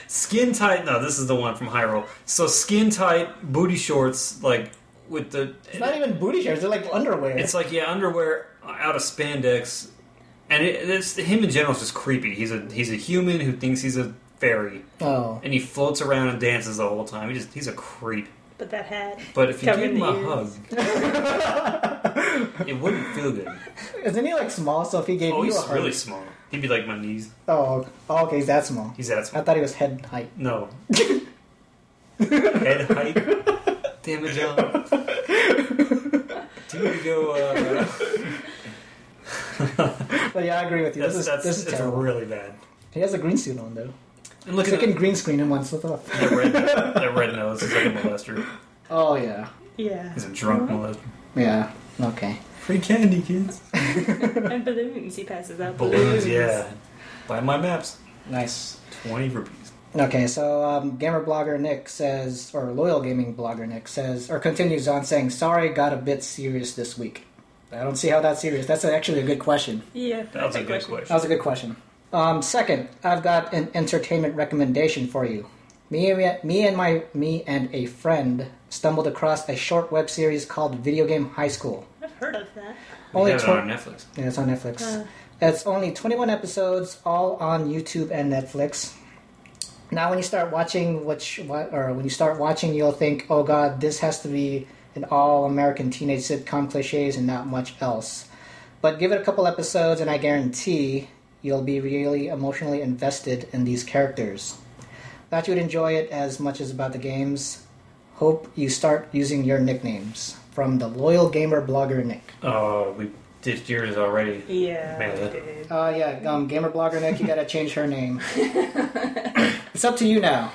B: Skin tight. No, this is the one from Hyrule. So skin tight booty shorts, like with the.
A: It's not even booty shorts. They're like underwear.
B: It's like yeah, underwear out of spandex, and it, it's him in general is just creepy. He's a he's a human who thinks he's a fairy,
A: oh,
B: and he floats around and dances the whole time. He just he's a creep.
C: But that hat.
B: But if you
C: Covered
B: give him
C: the
B: a
C: ears.
B: hug, it wouldn't feel good.
A: isn't he like small? So if he gave
B: Oh,
A: you
B: he's
A: a hug-
B: really small. He'd be like my knees.
A: Oh, oh, okay, he's that small.
B: He's that
A: I
B: small.
A: thought he was head height.
B: No. Head height. Damn it, John. Do you go? Uh,
A: But yeah, I agree with you.
B: that's,
A: this is
B: that's
A: this is
B: it's
A: terrible.
B: really bad.
A: He has a green suit on though.
B: And look
A: He's
B: at
A: like in
B: the,
A: green screen in one slip up.
B: that red, that red nose. He's like a molester.
A: Oh yeah,
C: Yeah.
B: He's a drunk molester.
A: yeah. Okay.
B: Free candy, kids.
C: and balloons. He passes out balloons.
B: Balloons, yeah. Buy my maps.
A: Nice.
B: 20 rupees.
A: Okay, so um, gamer blogger Nick says, or loyal gaming blogger Nick says, or continues on saying, "Sorry, got a bit serious this week." I don't see how that's serious. That's actually a good question.
C: Yeah.
B: That was a good
A: That
B: question.
A: was a good question. Um, second, I've got an entertainment recommendation for you. Me, and- me and my me and a friend stumbled across a short web series called Video Game High School.
C: I've heard of that.
B: We
A: Only
B: have it
A: twen-
B: on Netflix.
A: yeah, it's on Netflix.
C: Uh.
A: It's only 21 episodes, all on YouTube and Netflix. Now, when you start watching, which what, or when you start watching, you'll think, "Oh God, this has to be an all-American teenage sitcom cliches and not much else." But give it a couple episodes, and I guarantee you'll be really emotionally invested in these characters. Thought you would enjoy it as much as about the games. Hope you start using your nicknames from the loyal gamer blogger Nick.
B: Oh, we ditched yours already.
C: Yeah,
B: Man,
C: we
B: that-
C: did.
A: Uh, yeah, um, gamer blogger Nick, you gotta change her name. it's up to you now.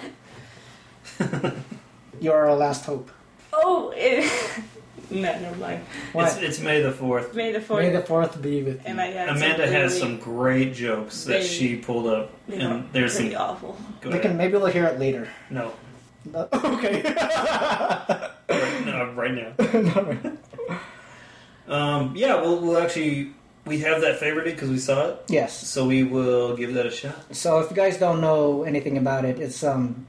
A: You're our last hope.
C: Oh, it, no, never mind.
A: What?
D: It's, it's May the 4th.
C: May the
A: May
C: fourth,
A: the fourth be with you.
C: and I had
D: Amanda
C: some
D: has
C: really-
D: some great jokes that
C: They-
D: she pulled up,
C: They were
D: and there's some.
C: pretty awful.
D: Go
A: We can,
D: ahead.
A: maybe we'll hear it later.
D: No,
A: No- okay.
D: right, no, right now. Um, yeah, we'll, we'll actually we have that favorited because we saw it,
A: yes.
D: so we will give that a shot.
A: So if you guys don't know anything about it, it's um,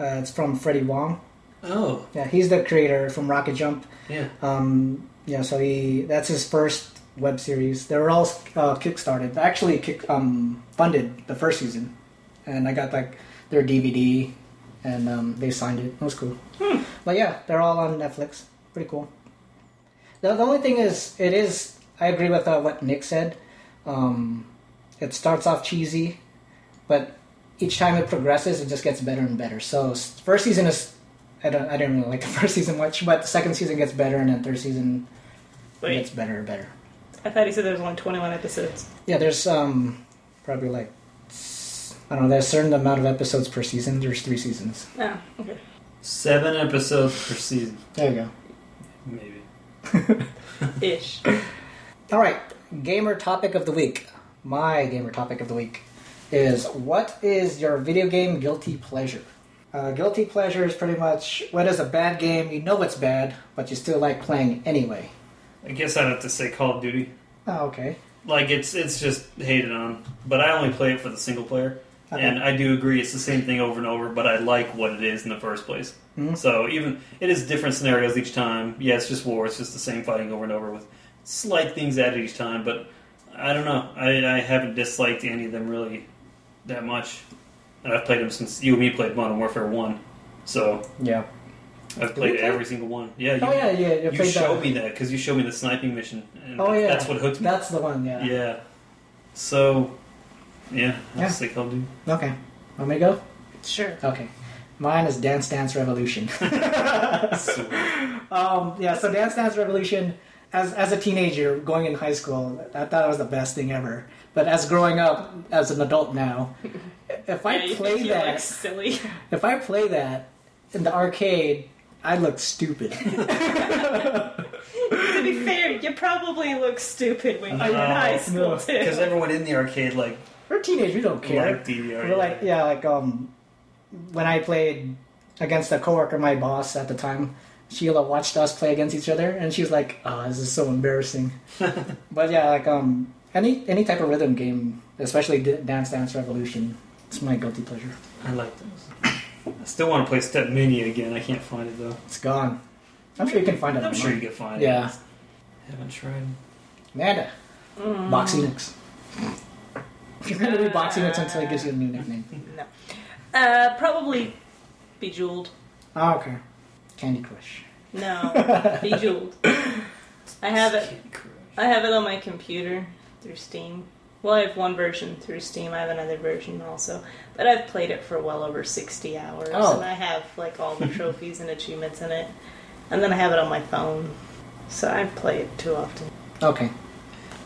A: uh, it's from Freddie Wong.
D: Oh,
A: Yeah, he's the creator from Rocket Jump.
D: yeah.
A: Um, yeah, so he that's his first web series. They were all uh, kickstarted, actually kick, um, funded the first season, and I got like their DVD, and um, they signed it. It was cool. But yeah, they're all on Netflix. Pretty cool. The, the only thing is, it is. I agree with uh, what Nick said. Um, it starts off cheesy, but each time it progresses, it just gets better and better. So s- first season is I don't I didn't really like the first season much, but the second season gets better and then third season gets
C: Wait,
A: better and better.
C: I thought he said there was only twenty-one episodes.
A: Yeah, there's um probably like s- I don't know, there's a certain amount of episodes per season. There's three seasons.
C: Oh, okay.
D: Seven episodes per season,
A: There you go.
D: maybe.
C: Ish.
A: All right, gamer topic of the week. My gamer topic of the week is what is your video game guilty pleasure? Uh, guilty pleasure is pretty much what is a bad game you know it's bad, but you still like playing anyway.
D: I guess I'd have to say Call of Duty.
A: Oh, okay.
D: Like it's it's just hated on, but I only play it for the single player,
A: Okay.
D: and I do agree it's the same thing over and over. But I like what it is in the first place.
A: Mhm.
D: So even it is different scenarios each time. Yeah, it's just war. It's just the same fighting over and over with slight things added each time. But I don't know. I, I haven't disliked any of them really that much, and I've played them since you and me played Modern Warfare One. So
A: Yeah.
D: I've played
A: you play?
D: every single one. Yeah. You,
A: Oh yeah, yeah. You,
D: You
A: played that.
D: showed me that because you showed me the sniping mission. And
A: Oh, yeah.
D: That's what hooked me.
A: That's the one. Yeah.
D: Yeah. So, yeah, I'll
A: Yeah.
D: say Call of Duty.
A: Okay. Want me to go?
C: Sure.
A: Okay. Mine is Dance Dance Revolution.
D: Sweet.
A: um, yeah, so Dance Dance Revolution, as, as a teenager, going in high school, I thought it was the best thing ever. But as growing up, as an adult now, if I
C: Yeah, you
A: play
C: think you
A: that,
C: look silly.
A: if I play that in the arcade, I look stupid.
C: to be fair, you probably look stupid when you're in
D: No,
C: high school
A: no,
C: too.
D: Because everyone in the arcade like uh,
A: We're teenagers, we don't care.
D: liked DDR.
A: We're like, yeah, like um, when I played against a coworker, my boss at the time, Sheila watched us play against each other, and she was like, "Ah, this is so embarrassing." but yeah, like um, any any type of rhythm game, especially D- Dance Dance Revolution, it's my guilty pleasure.
D: I like those. I still want to play Step Mania again. I can't find it though.
A: It's gone. I'm sure you can find it.
D: I'm sure you
A: online.
D: can find
A: Yeah,
D: it. Haven't tried.
A: Amanda, Boxy Nix. You're gonna be Boxy Nix until he gives you a new nickname.
C: No. Uh, probably bejeweled.
A: Oh, okay. Candy Crush.
C: No, bejeweled. I have it.
D: Candy Crush.
C: I have it on my computer through Steam. Well, I have one version through Steam. I have another version also, but I've played it for well over sixty hours,
A: Oh.
C: and I have like all the trophies and achievements in it. And then I have it on my phone, so I play it too often.
A: Okay.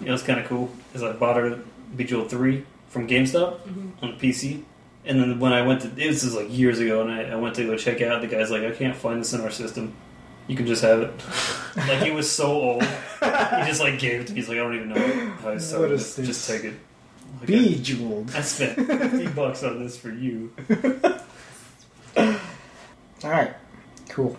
D: You know, it's kind of cool. Is I bought her Bejeweled Three from GameStop
C: Mm-hmm.
D: on PC, and then when I went to this is like years ago, and I, I went to go check out, the guy's like, I can't find this in our system. You can just have it. like he was so old, he just like gave it to me. He's like, I don't even know how I started
A: What is
D: this. Just
A: this?
D: take it. Like,
A: Bejeweled.
D: I, I spent fifty bucks on this for you.
A: All right, cool.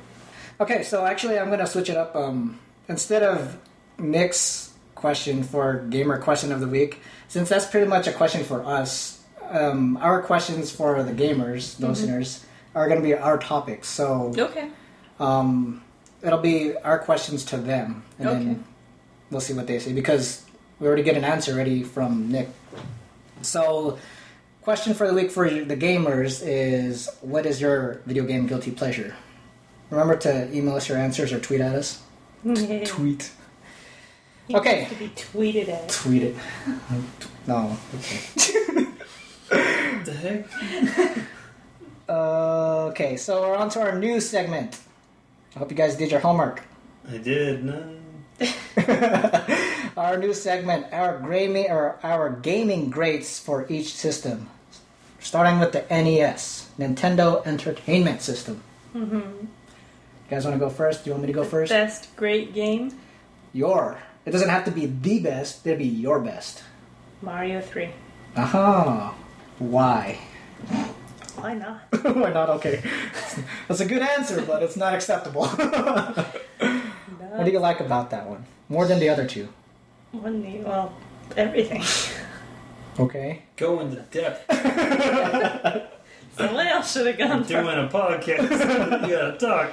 A: Okay, so actually, I'm gonna switch it up. Um, instead of Nick's question for gamer question of the week, since that's pretty much a question for us, um, our questions for the gamers, listeners, are gonna be our topics. So
C: Okay.
A: um, it'll be our questions to them, and
C: Okay.
A: then we'll see what they say because We already get an answer ready from Nick. So, question for the week for the gamers is: What is your video game guilty pleasure? Remember to email us your answers or tweet at us.
C: Yeah.
A: Tweet.
C: He
A: Okay.
C: needs To be tweeted at.
A: Tweet it. No. Okay.
D: What the heck?
A: Uh, okay, so we're on to our news segment. I hope you guys did your homework.
D: I did no.
A: our new segment, our gaming or our gaming grades for each system. Starting with the NES, Nintendo Entertainment System. Mm-hmm. You guys want to go first? Do you want me to go first?
C: Best great game
A: Your. It doesn't have to be the best. It'd be your best.
C: Mario 3.
A: Aha. Why?
C: Why not?
A: Why not? Okay. That's a good answer, but it's not acceptable. what
C: No.
A: do you like about that one? More than the other two.
C: One knee- well, everything.
A: Okay.
D: Go into depth.
C: Someone else should have
D: I'm
C: gone
D: doing
C: through.
D: a podcast. you gotta talk.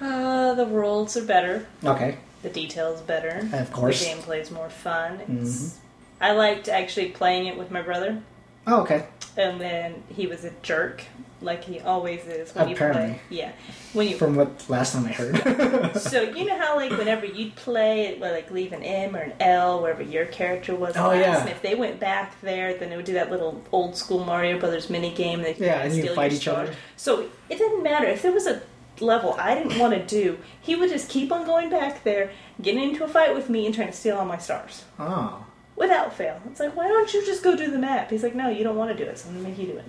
C: Uh, the worlds are better.
A: Okay.
C: The details better.
A: Of course. Mm-hmm.
C: The gameplay's more fun. It's, I liked actually playing it with my brother,
A: Oh, okay.
C: and then he was a jerk, like he always is when you
A: Apparently.
C: play. Yeah, when you
A: From what last time I heard.
C: so you know how like whenever you'd play it would like leave an M or an L wherever your character was
A: Oh,
C: last,
A: yeah.
C: and if they went back there then it would do that little old school Mario Brothers mini game that
A: Yeah, and you
C: steal
A: fight
C: your
A: each other.
C: star. So it didn't matter if there was a level I didn't want to do, he would just keep on going back there, getting into a fight with me and trying to steal all my stars.
A: oh.
C: Without fail. It's like, why don't you just go do the map? He's like, No, you don't want to do it, so I'm gonna make you do it.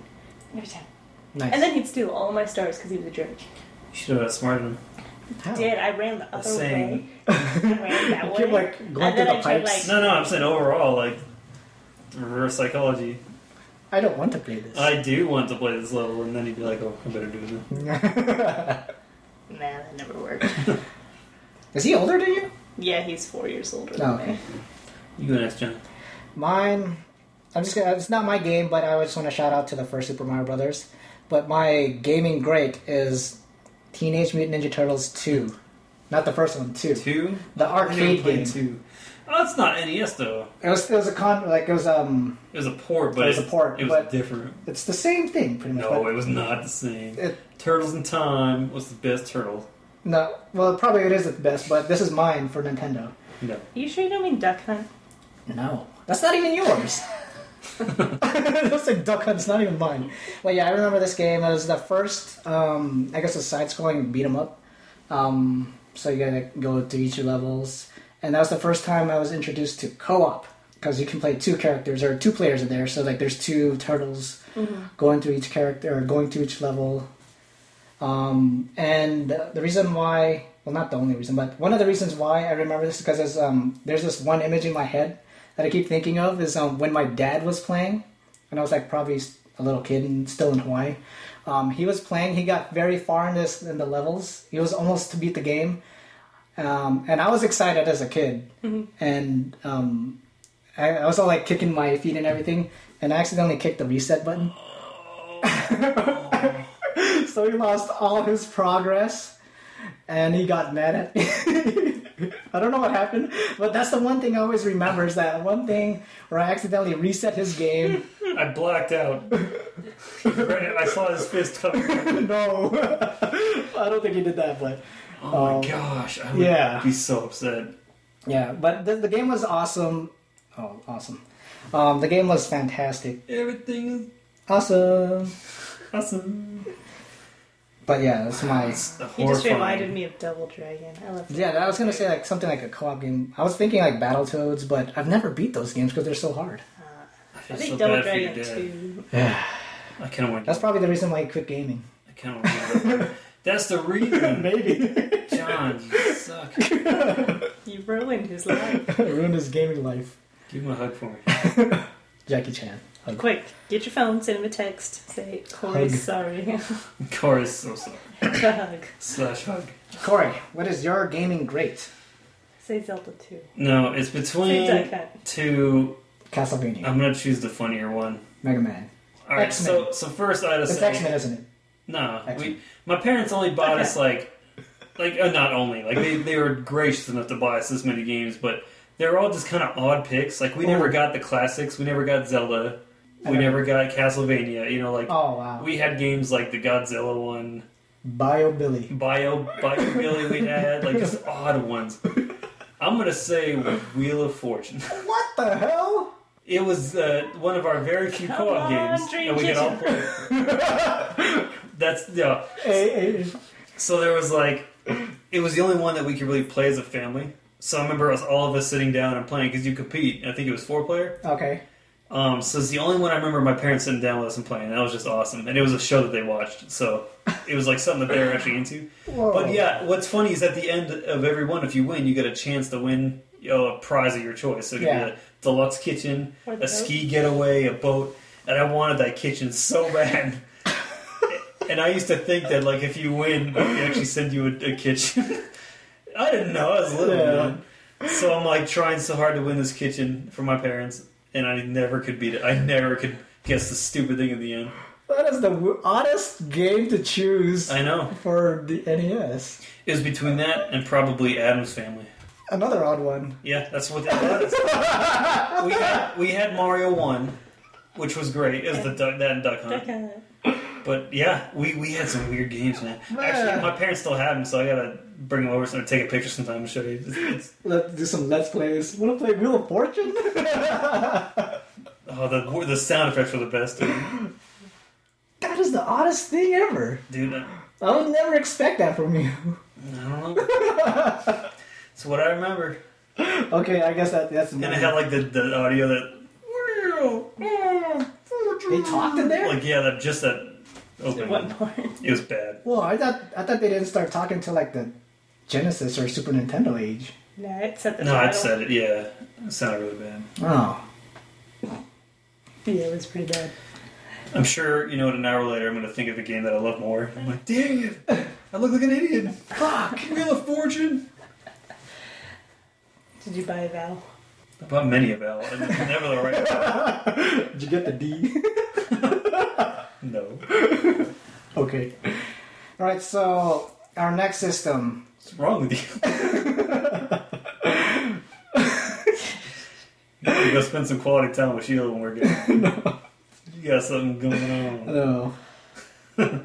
C: Every time.
A: Nice.
C: And then he'd steal all my stars because he was a jerk.
D: You should have outsmarted him.
A: How?
C: Did I ran the other
D: saying-
C: way? ran that
A: Keep,
C: way.
A: like, going
C: And then
A: through the
C: I tried,
A: pipes.
C: like,
D: No, no, I'm saying overall, like reverse psychology.
A: I don't want to play this.
D: I do want to play this level, and then you'd be like, "Oh, I better do it." now."
C: nah, that never worked.
A: Is he older than you?
C: yeah, he's four years older
A: Oh,
C: than
A: okay.
C: me.
D: You go next, John.
A: Mine. I'm just gonna. It's not my game, but I just want to shout out to the first Super Mario Brothers. But my gaming great is Teenage Mutant Ninja Turtles two, not the first one, two.
D: Two.
A: The
D: I never
A: arcade game.
D: played two. Oh, it's not NES though.
A: It was it was a con like it was um.
D: It was a port, but
A: It was a port,
D: It was
A: but-
D: different.
A: It's the same thing pretty much.
D: No,
A: but
D: it was not the same.
A: It-
D: Turtles in Time was the best turtle.
A: no. Well, probably it is the best, but this is mine for Nintendo.
D: No.
C: You sure you don't mean Duck Hunt?
A: No, that's not even yours. that's like Duck Hunt's not even mine. But yeah, I remember this game. It was the first, um, I guess, a side-scrolling beat 'em up. Um, so you gotta go to each levels, and that was the first time I was introduced to co-op because you can play two characters or two players in there. So like, there's two turtles going to each character or going to each level. Um, and the reason why, well, not the only reason, but one of the reasons why I remember this is because there's, um, there's this one image in my head that I keep thinking of is um, when my dad was playing, and I was like probably a little kid and still in Hawaii. Um, he was playing. He got very far in this in the levels. He was almost to beat the game, um, and I was excited as a kid, and um, I, I was all like kicking my feet and everything, and I accidentally kicked the reset button. so he lost all his progress, and he got mad at me. I don't know what happened, but that's the one thing I always remember is that one thing where I accidentally reset his game.
D: I blacked out. Right, I saw his fist coming.
A: no, I don't think he did that, but
D: Oh
A: Um,
D: my gosh! I would
A: yeah.
D: be so upset.
A: yeah. But the, the game was awesome. Oh, awesome! Um, the game was fantastic.
D: Everything is
A: Awesome.
D: awesome.
A: But yeah, that's my.
D: It's a
C: You just
D: horrifying-
C: reminded me of Double Dragon. I love
A: Yeah, I was gonna say like something like a co-op game. I was thinking like Battletoads, but I've never beat those games because they're so hard.
D: I
C: I
D: feel
C: think
D: so
C: Double
D: bad for your
C: Dragon 2.
D: dad.
A: Yeah,
D: I kind of want.
A: that's probably the reason why I quit gaming.
D: I kind of want. That's the reason,
A: Maybe
D: John. You suck.
C: You ruined his life.
A: ruined his gaming life.
D: Give him a hug for me.
A: Jackie Chan. Hug.
C: Quick, get your phone, send him a text, say, Corey's
A: Hug.
C: sorry.
D: Chorus, so sorry.
C: Hug.
D: Slash hug.
A: Corey, what is your gaming great?
C: Say Zelda 2.
D: No, it's
C: Say Duck
D: between
C: Hunt.
D: two.
A: Castlevania,
D: I'm gonna choose the funnier one.
A: Mega Man.
D: All right,
A: X-Men.
D: so so first I had to
A: It's
D: say
A: X Men, isn't it?
D: no.
A: X-Men.
D: We, my parents only bought us like like uh, not only like they they were gracious enough to buy us this many games, but they were all just kind of odd picks. Like we never
A: Oh.
D: got the classics. We never got Zelda.
A: I
D: We
A: know.
D: never got Castlevania. You know, like
A: Oh wow.
D: we had games like the Godzilla one,
A: Bio Billy.
D: Bio Bio Billy. We had like just odd ones. I'm gonna say Wheel of Fortune.
A: What the hell?
D: It was uh, one of our very few
C: Come
D: co-op
C: on,
D: games,
C: Dream
D: and we could all play. That's yeah.
A: Eh, eh,
D: So there was like, it was the only one that we could really play as a family. So I remember us all of us sitting down and playing because you compete. I think it was four player.
A: Okay.
D: Um, so it's the only one I remember my parents sitting down with us and playing. That was just awesome, and it was a show that they watched. So it was like something that they were actually into.
A: Whoa.
D: But yeah, what's funny is at the end of every one, if you win, you get a chance to win you know, a prize of your choice. So it could
A: Yeah.
D: be a deluxe kitchen,
C: Or
D: a
C: the boat.
D: ski getaway, a boat. And I wanted that kitchen so bad. and I used to think that like if you win, they actually send you a, a kitchen. I didn't know. I was little.
A: Yeah.
D: man. So I'm like trying so hard to win this kitchen for my parents, and I never could beat it. I never could guess the stupid thing at the end.
A: That is the w- oddest game to choose
D: I know.
A: for the E NES.
D: It was between that and probably Adam's family.
A: Another odd one.
D: Yeah, that's what that was. we had we had Mario one, which was great. It was the duck, that and Duck Hunt.
C: Okay.
D: But yeah, we, we had some weird games, man. Actually,
A: Man.
D: my parents still have them, so I gotta bring them over so I take a picture sometime and show you. It's- it's-
A: Let's do some Let's Plays. Wanna play Wheel of Fortune?
D: oh, the the sound effects were the best, dude.
A: that is the oddest thing ever.
D: dude I,
A: I would never expect that from you.
D: I don't know. It's what I remember,
A: Okay, I guess that that's
D: and it had like the, the audio that
A: They talked in there?
D: like yeah, that just that opening.
C: What part?
D: It was bad.
A: Well, I thought I thought they didn't start talking till like the Genesis or Super Nintendo age.
C: No, it said the
D: No,
C: title.
D: I said it. Yeah, it sounded really bad.
A: Oh.
C: Yeah, it was pretty bad.
D: I'm sure, you know, in an hour later, I'm going to think of a game that I love more. I'm like, dang it! I look like an idiot! Fuck! Wheel of Fortune!
C: Did you buy a Val?
D: I bought many of Al. and it's never the right one.
A: Did you get the D?
D: No.
A: okay. Alright, so our next system.
D: What's wrong with you? you go spend some quality time with Sheila when we're good. You got something going on.
A: Oh.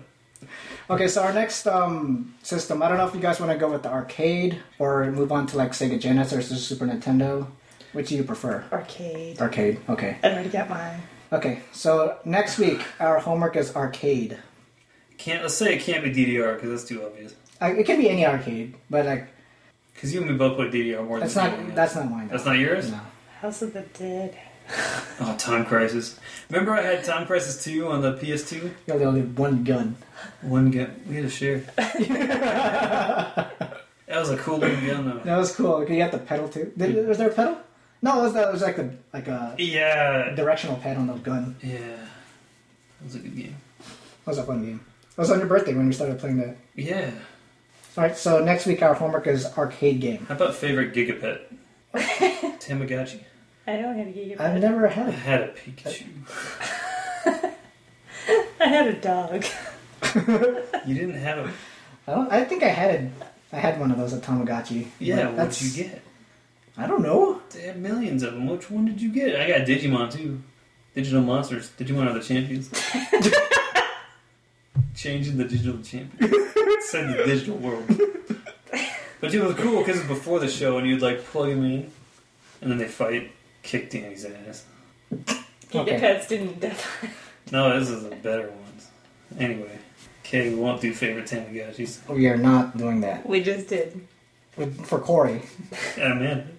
A: okay, so our next um, system. I don't know if you guys want to go with the arcade or move on to like Sega Genesis or Super Nintendo. Which do you prefer?
C: Arcade.
A: Arcade. Okay.
C: I already got mine.
A: Okay. So next week our homework is arcade.
D: Can't, let's say it can't be DDR because that's too obvious.
A: I, it can be any arcade, but like
D: Because you and me both play DDR more
A: that's
D: than
A: not
D: anyone else.
A: that's not mine.
D: That's not yours?
A: No.
C: House of the Dead.
D: Oh, Time Crisis. Remember I had Time Crisis 2 on the PS2?
A: You only only one gun.
D: One gun. We had a share. that was a cool little gun, though.
A: That was cool. Okay, you got the pedal too. Did, was there a pedal? No, it was, the, it was like the like a
D: Yeah.
A: directional pedal, no gun.
D: Yeah. That was a good game.
A: That was a fun game. It was on your birthday when we started playing that.
D: Yeah.
A: All right, so next week our homework is arcade game.
D: How about favorite Gigapet? Tamagotchi.
C: I don't have a Giga.
A: I've never had
D: I
A: it.
D: had a Pikachu.
C: I had a dog.
D: You didn't have a.
A: I, don't, I think I had it. I had one of those at Tamagotchi.
D: Yeah,
A: But
D: what'd
A: that's-
D: you get?
A: I don't know.
D: They had millions of them. Which one did you get? I got Digimon, too. Digital Monsters. Digimon are the champions. Changing the digital champions. Said the digital world. But it was cool because it was before the show, and you'd like plug him in, and then they fight, kick Danny's ass.
C: Giga
A: Okay.
C: pets didn't death.
D: No, this is the better ones. Anyway, okay, we won't do favorite Tamagotchis.
A: We are not doing that
C: We just did.
A: With- for Corey.
D: Yeah, man,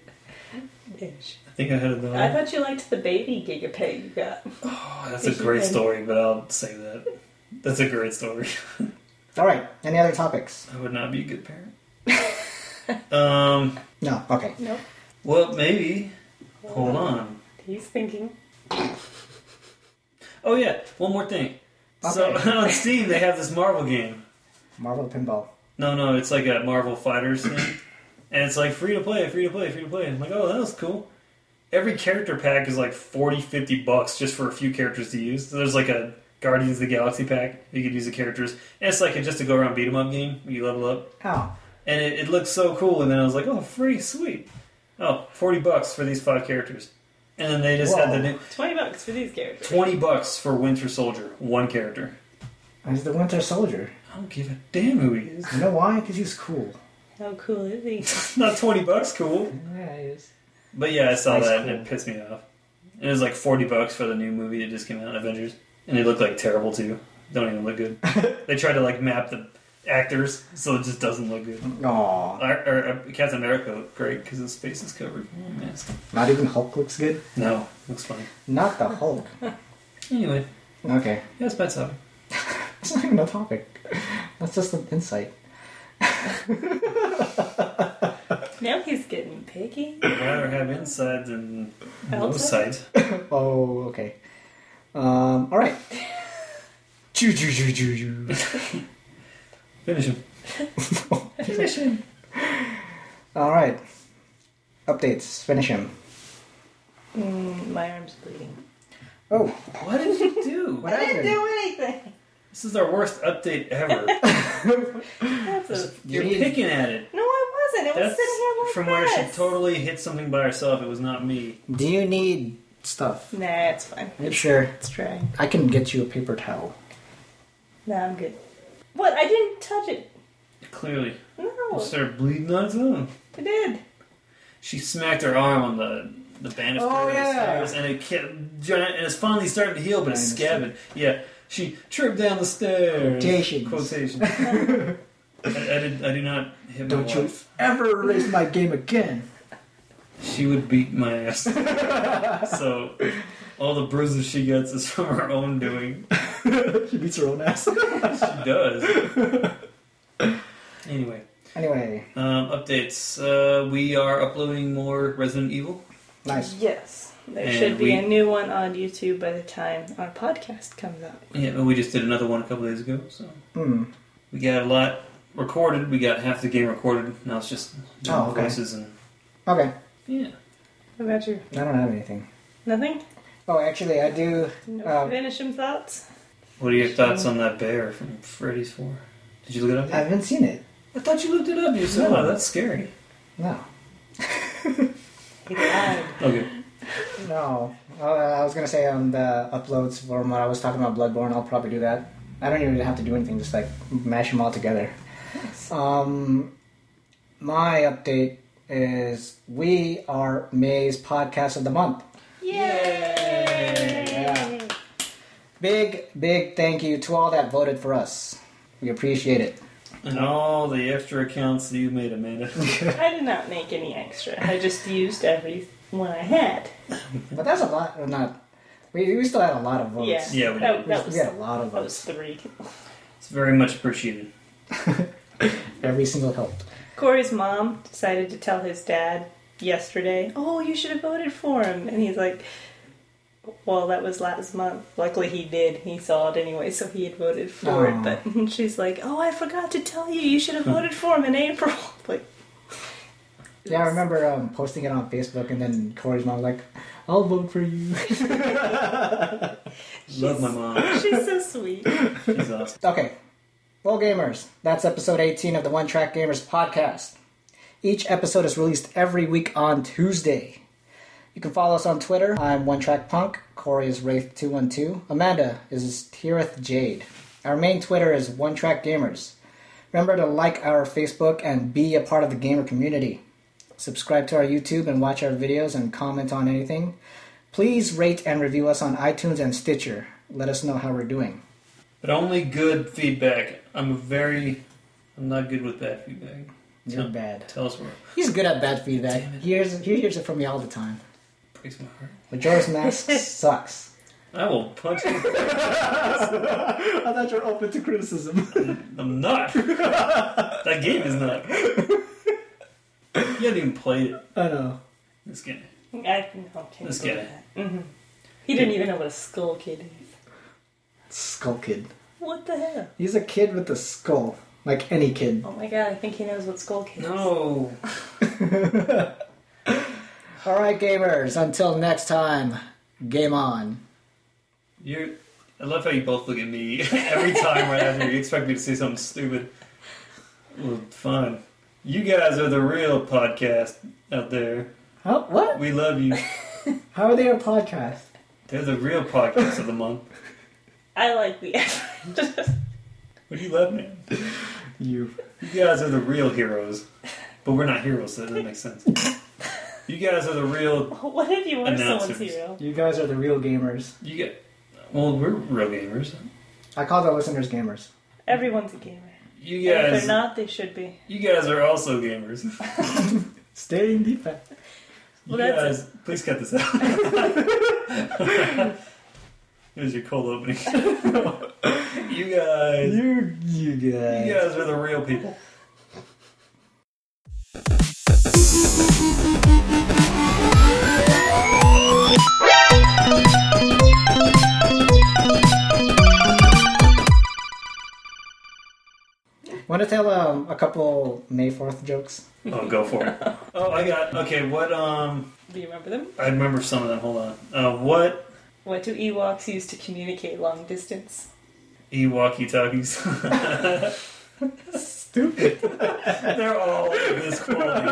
C: Ish.
D: I think I had
C: I
D: it though.
C: thought you liked the baby Giga pet you got.
D: Oh, that's a great story, but I'll say that. That's a great story.
A: All right. Any other topics?
D: I would not be a good parent. um,
A: No. Okay.
C: Nope.
D: well, maybe. Hold on.
C: He's thinking.
D: Oh yeah, one more thing. So
A: Okay.
D: on Steam, they have this Marvel game.
A: Marvel pinball.
D: No, no, it's like a Marvel Fighters thing. And it's like free to play, free to play, free to play. I'm like, oh, that was cool. Every character pack is like 40, 50 bucks just for a few characters to use. So there's like a Guardians of the Galaxy pack. You could use the characters. And it's like a just a go around beat 'em up game. where You level up.
A: Oh.
D: And it, it looks so cool. And then I was like, oh, free, sweet. oh, 40 bucks for these five characters. And then they just had
A: Whoa.
D: the new
C: 20 bucks for these characters.
D: 20 bucks for Winter Soldier, one character.
A: He's the Winter Soldier.
D: I don't give a damn who he is.
A: You know why? Because he's cool.
C: How cool is he?
D: Not 20 bucks, cool.
A: Yeah, he is.
D: But yeah, I saw
A: Nice
D: that
A: cool.
D: and it pissed me off. It was like 40 bucks for the new movie that just came out, Avengers. And they look like terrible too. Don't even look good. they tried to like map the actors, so it just doesn't look good.
A: Aw.
D: Or, or uh, Captain America looked great because his face is covered. in a mask.
A: Not even Hulk looks good.
D: No, looks funny.
A: Not the Hulk.
D: Anyway,
A: Okay.
D: that's my topic.
A: It's not even a topic. That's just an insight.
C: now he's getting picky.
D: I'd rather have inside than no
C: Outside?
D: sight.
A: Oh, okay. Um, all right. Choo, choo, choo, choo, choo.
D: Finish him. Finish him.
A: All right. Updates. Finish him.
C: Mm, my arm's bleeding.
A: Oh,
D: What did you do?
A: what happened?
C: anything.
D: This is our worst update ever.
C: That's a,
D: You're
A: need-
D: picking at it.
C: no, I wasn't. It was
D: That's
C: sitting here like
D: from
C: this.
D: where she totally hit something by herself. It was not me.
A: Do you need stuff?
C: Nah, it's fine.
A: I'm sure.
C: It's dry.
A: I can get you a paper towel.
C: Nah, I'm good. What? I didn't touch it.
D: Clearly, it
C: No,
D: started bleeding on its own.
C: I did.
D: She smacked her arm on the the banister
A: Oh,
D: of the
A: yeah.
D: stairs, and it kept, giant- and it's finally starting to heal, but it's
A: Banister.
D: scabbing. Yeah, she tripped down the stairs.
A: Quotations.
D: Quotations. I, I did. I do not hit my
A: Don't you
D: wife.
A: ever raise my game again.
D: She would beat my ass. so all the bruises she gets is from her own doing.
A: she beats her own ass.
D: She does. anyway.
A: anyway,
D: Um, updates. Uh, we are uploading more Resident Evil.
A: nice.
C: Yes, there
D: And
C: should be
D: we-
C: a new one on YouTube by the time our podcast comes out.
D: Yeah, but we just did another one a couple days ago, so
A: Hmm.
D: we got a lot recorded. We got half the game recorded. Now it's just doing
A: Oh, okay.
D: voices and
A: Okay,
D: yeah.
C: What about you?
A: I don't have anything.
C: Nothing?
A: Oh, actually, I do.
C: No
A: Um,
C: finish him thoughts?
D: What are your thoughts on that bear from Freddy's Four? Did you look it up?
A: I haven't seen it.
D: I thought you looked it up. You said,
A: No.
D: "Oh, that's scary."
A: No.
C: He died.
D: Okay.
A: No. Uh, I was gonna say on the uploads for when I was talking about Bloodborne, I'll probably do that. I don't even have to do anything; just like mash them all together. Um, my update is we are May's podcast of the month.
C: Yay!
A: Yeah. Big, big thank you to all that voted for us. We appreciate it.
D: And all the extra accounts that you made, Amanda.
C: I did not make any extra. I just used every one I had.
A: But that's a lot. Or not. We, we still had a lot of votes.
C: Yeah,
D: Yeah, we
C: that,
A: We,
C: that was
A: we had a lot of
C: that was
A: votes.
C: three.
D: it's very much appreciated.
A: Every single help.
C: Corey's mom decided to tell his dad yesterday, "Oh, you should have voted for him," and he's like. Well, that was last month. Luckily, he did. He saw it anyway, so he had voted
A: Aw.
C: for it. But she's like, "Oh, I forgot to tell you. You should have voted for him in April." Like,
A: Yeah, I remember um, posting it on Facebook, and then Corey's mom was like, "I'll vote for you."
D: Love my mom.
C: she's so sweet.
D: She's awesome.
A: Okay. Well, gamers, that's episode 18 of the One Track Gamers podcast. Each episode is released every week on Tuesday. You can follow us on Twitter. I'm One Track Punk. Corey is Wraith212. Amanda is Tirith Jade. Our main Twitter is One Track Gamers. Remember to like our Facebook and be a part of the gamer community. Subscribe to our YouTube and watch our videos and comment on anything. Please rate and review us on iTunes and Stitcher. Let us know how we're doing.
D: But only good feedback. I'm a very. I'm not good with bad feedback.
A: You're
D: Yeah.
A: bad.
D: Tell us where it
A: He's good at bad feedback.
D: Damn it.
A: He hears, he hears it from me all the time.
D: breaks my heart.
A: Majora's Mask sucks.
D: I will punch you.
A: I thought you were open to criticism.
D: I'm not. That game is not. You haven't even played it.
A: I know.
D: This game.
C: I no, can't
D: Let's
C: do
D: get it.
C: that. Mhm. He didn't even know what a skull kid is.
A: Skull Kid.
C: What the hell?
A: He's a kid with a skull, like any kid.
C: Oh my god, I think he knows what skull kid is.
D: No.
A: All right, gamers. Until next time, game on.
D: You're. I love how you both look at me every time right after you expect me to say something stupid. Well, fine. You guys are the real podcast out there.
A: How, what?
D: We love you.
A: How are they a podcast?
D: They're the real podcast of the month.
C: I like the effort.
D: What are you laughing at?
A: You.
D: You guys are the real heroes, but we're not heroes, so that doesn't make sense. You guys are the real.
C: what if you were someone's
D: Announcers.
C: hero?
A: You guys are the real gamers.
D: You get. Well, we're real gamers.
A: I call the listeners gamers.
C: Everyone's a gamer.
D: You
C: And If
D: guys.
C: they're not, they should be.
D: You guys are also gamers.
A: Staying defense.
C: Well,
D: You
C: that's
D: guys, please cut this out. Here's your cold opening. you guys.
A: You, you guys.
D: You guys are the real people.
A: Want to tell um, a couple May 4th jokes?
D: Oh, go for it. Oh, I got. Okay, what, um.
C: Do you remember them?
D: I remember some of them. Hold on. Uh, what
C: What do Ewoks use to communicate long distance?
D: Ewalkie talkies.
A: Stupid.
D: They're all of this quality.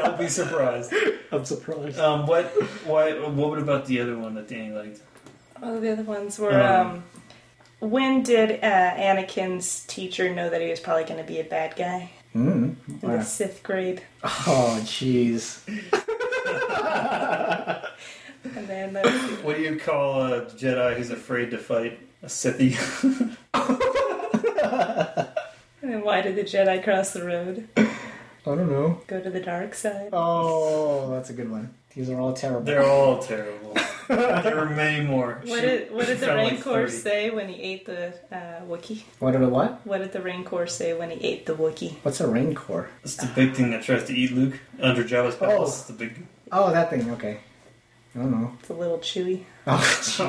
D: Don't be surprised.
A: I'm surprised.
D: Um, what, why, what about the other one that Danny liked?
C: Oh, the other ones were. Um, when did uh, Anakin's teacher know that he was probably going to be a bad guy
A: Mm.
C: in
A: Wow.
C: the sixth grade?
A: Oh, jeez.
C: And then uh, let's see,
D: What do you call a Jedi who's afraid to fight a Sithy?
C: and then why did the Jedi cross the road?
A: I don't know.
C: Go to the dark side.
A: Oh, that's a good one. These are all terrible.
D: They're all terrible. there were many more.
C: What
D: She-
C: did, what did the
D: Sound like
C: Rancor
D: 30.
C: say when he ate the uh, Wookiee?
A: What are the what?
C: What did the Rancor say when he ate the Wookiee?
A: What's a rain core?
D: It's the big thing that tries to eat Luke under Jabba's palace. It's the big.
A: Oh, that thing. Okay. I don't know.
C: It's a little chewy.
A: Oh, jeez.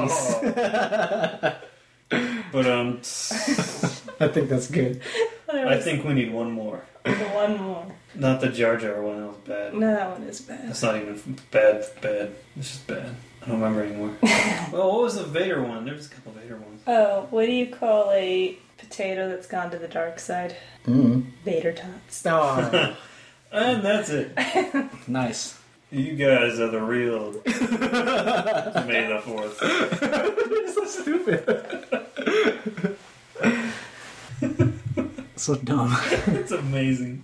D: Oh. but um,
A: I think that's good.
C: Well, there
D: I
C: was
D: think we need one more.
C: the one more.
D: Not the Jar Jar one. That was bad.
C: No, that one is bad.
D: That's not even bad. Bad. It's just bad. I don't remember anymore. well, what was the Vader one? There was a couple Vader ones.
C: Oh, what do you call a potato that's gone to the dark side?
A: Mm.
C: Vader tots.
A: Oh,
D: And that's it.
A: nice.
D: You guys are the real May the Fourth.
A: so stupid. so dumb.
D: It's amazing.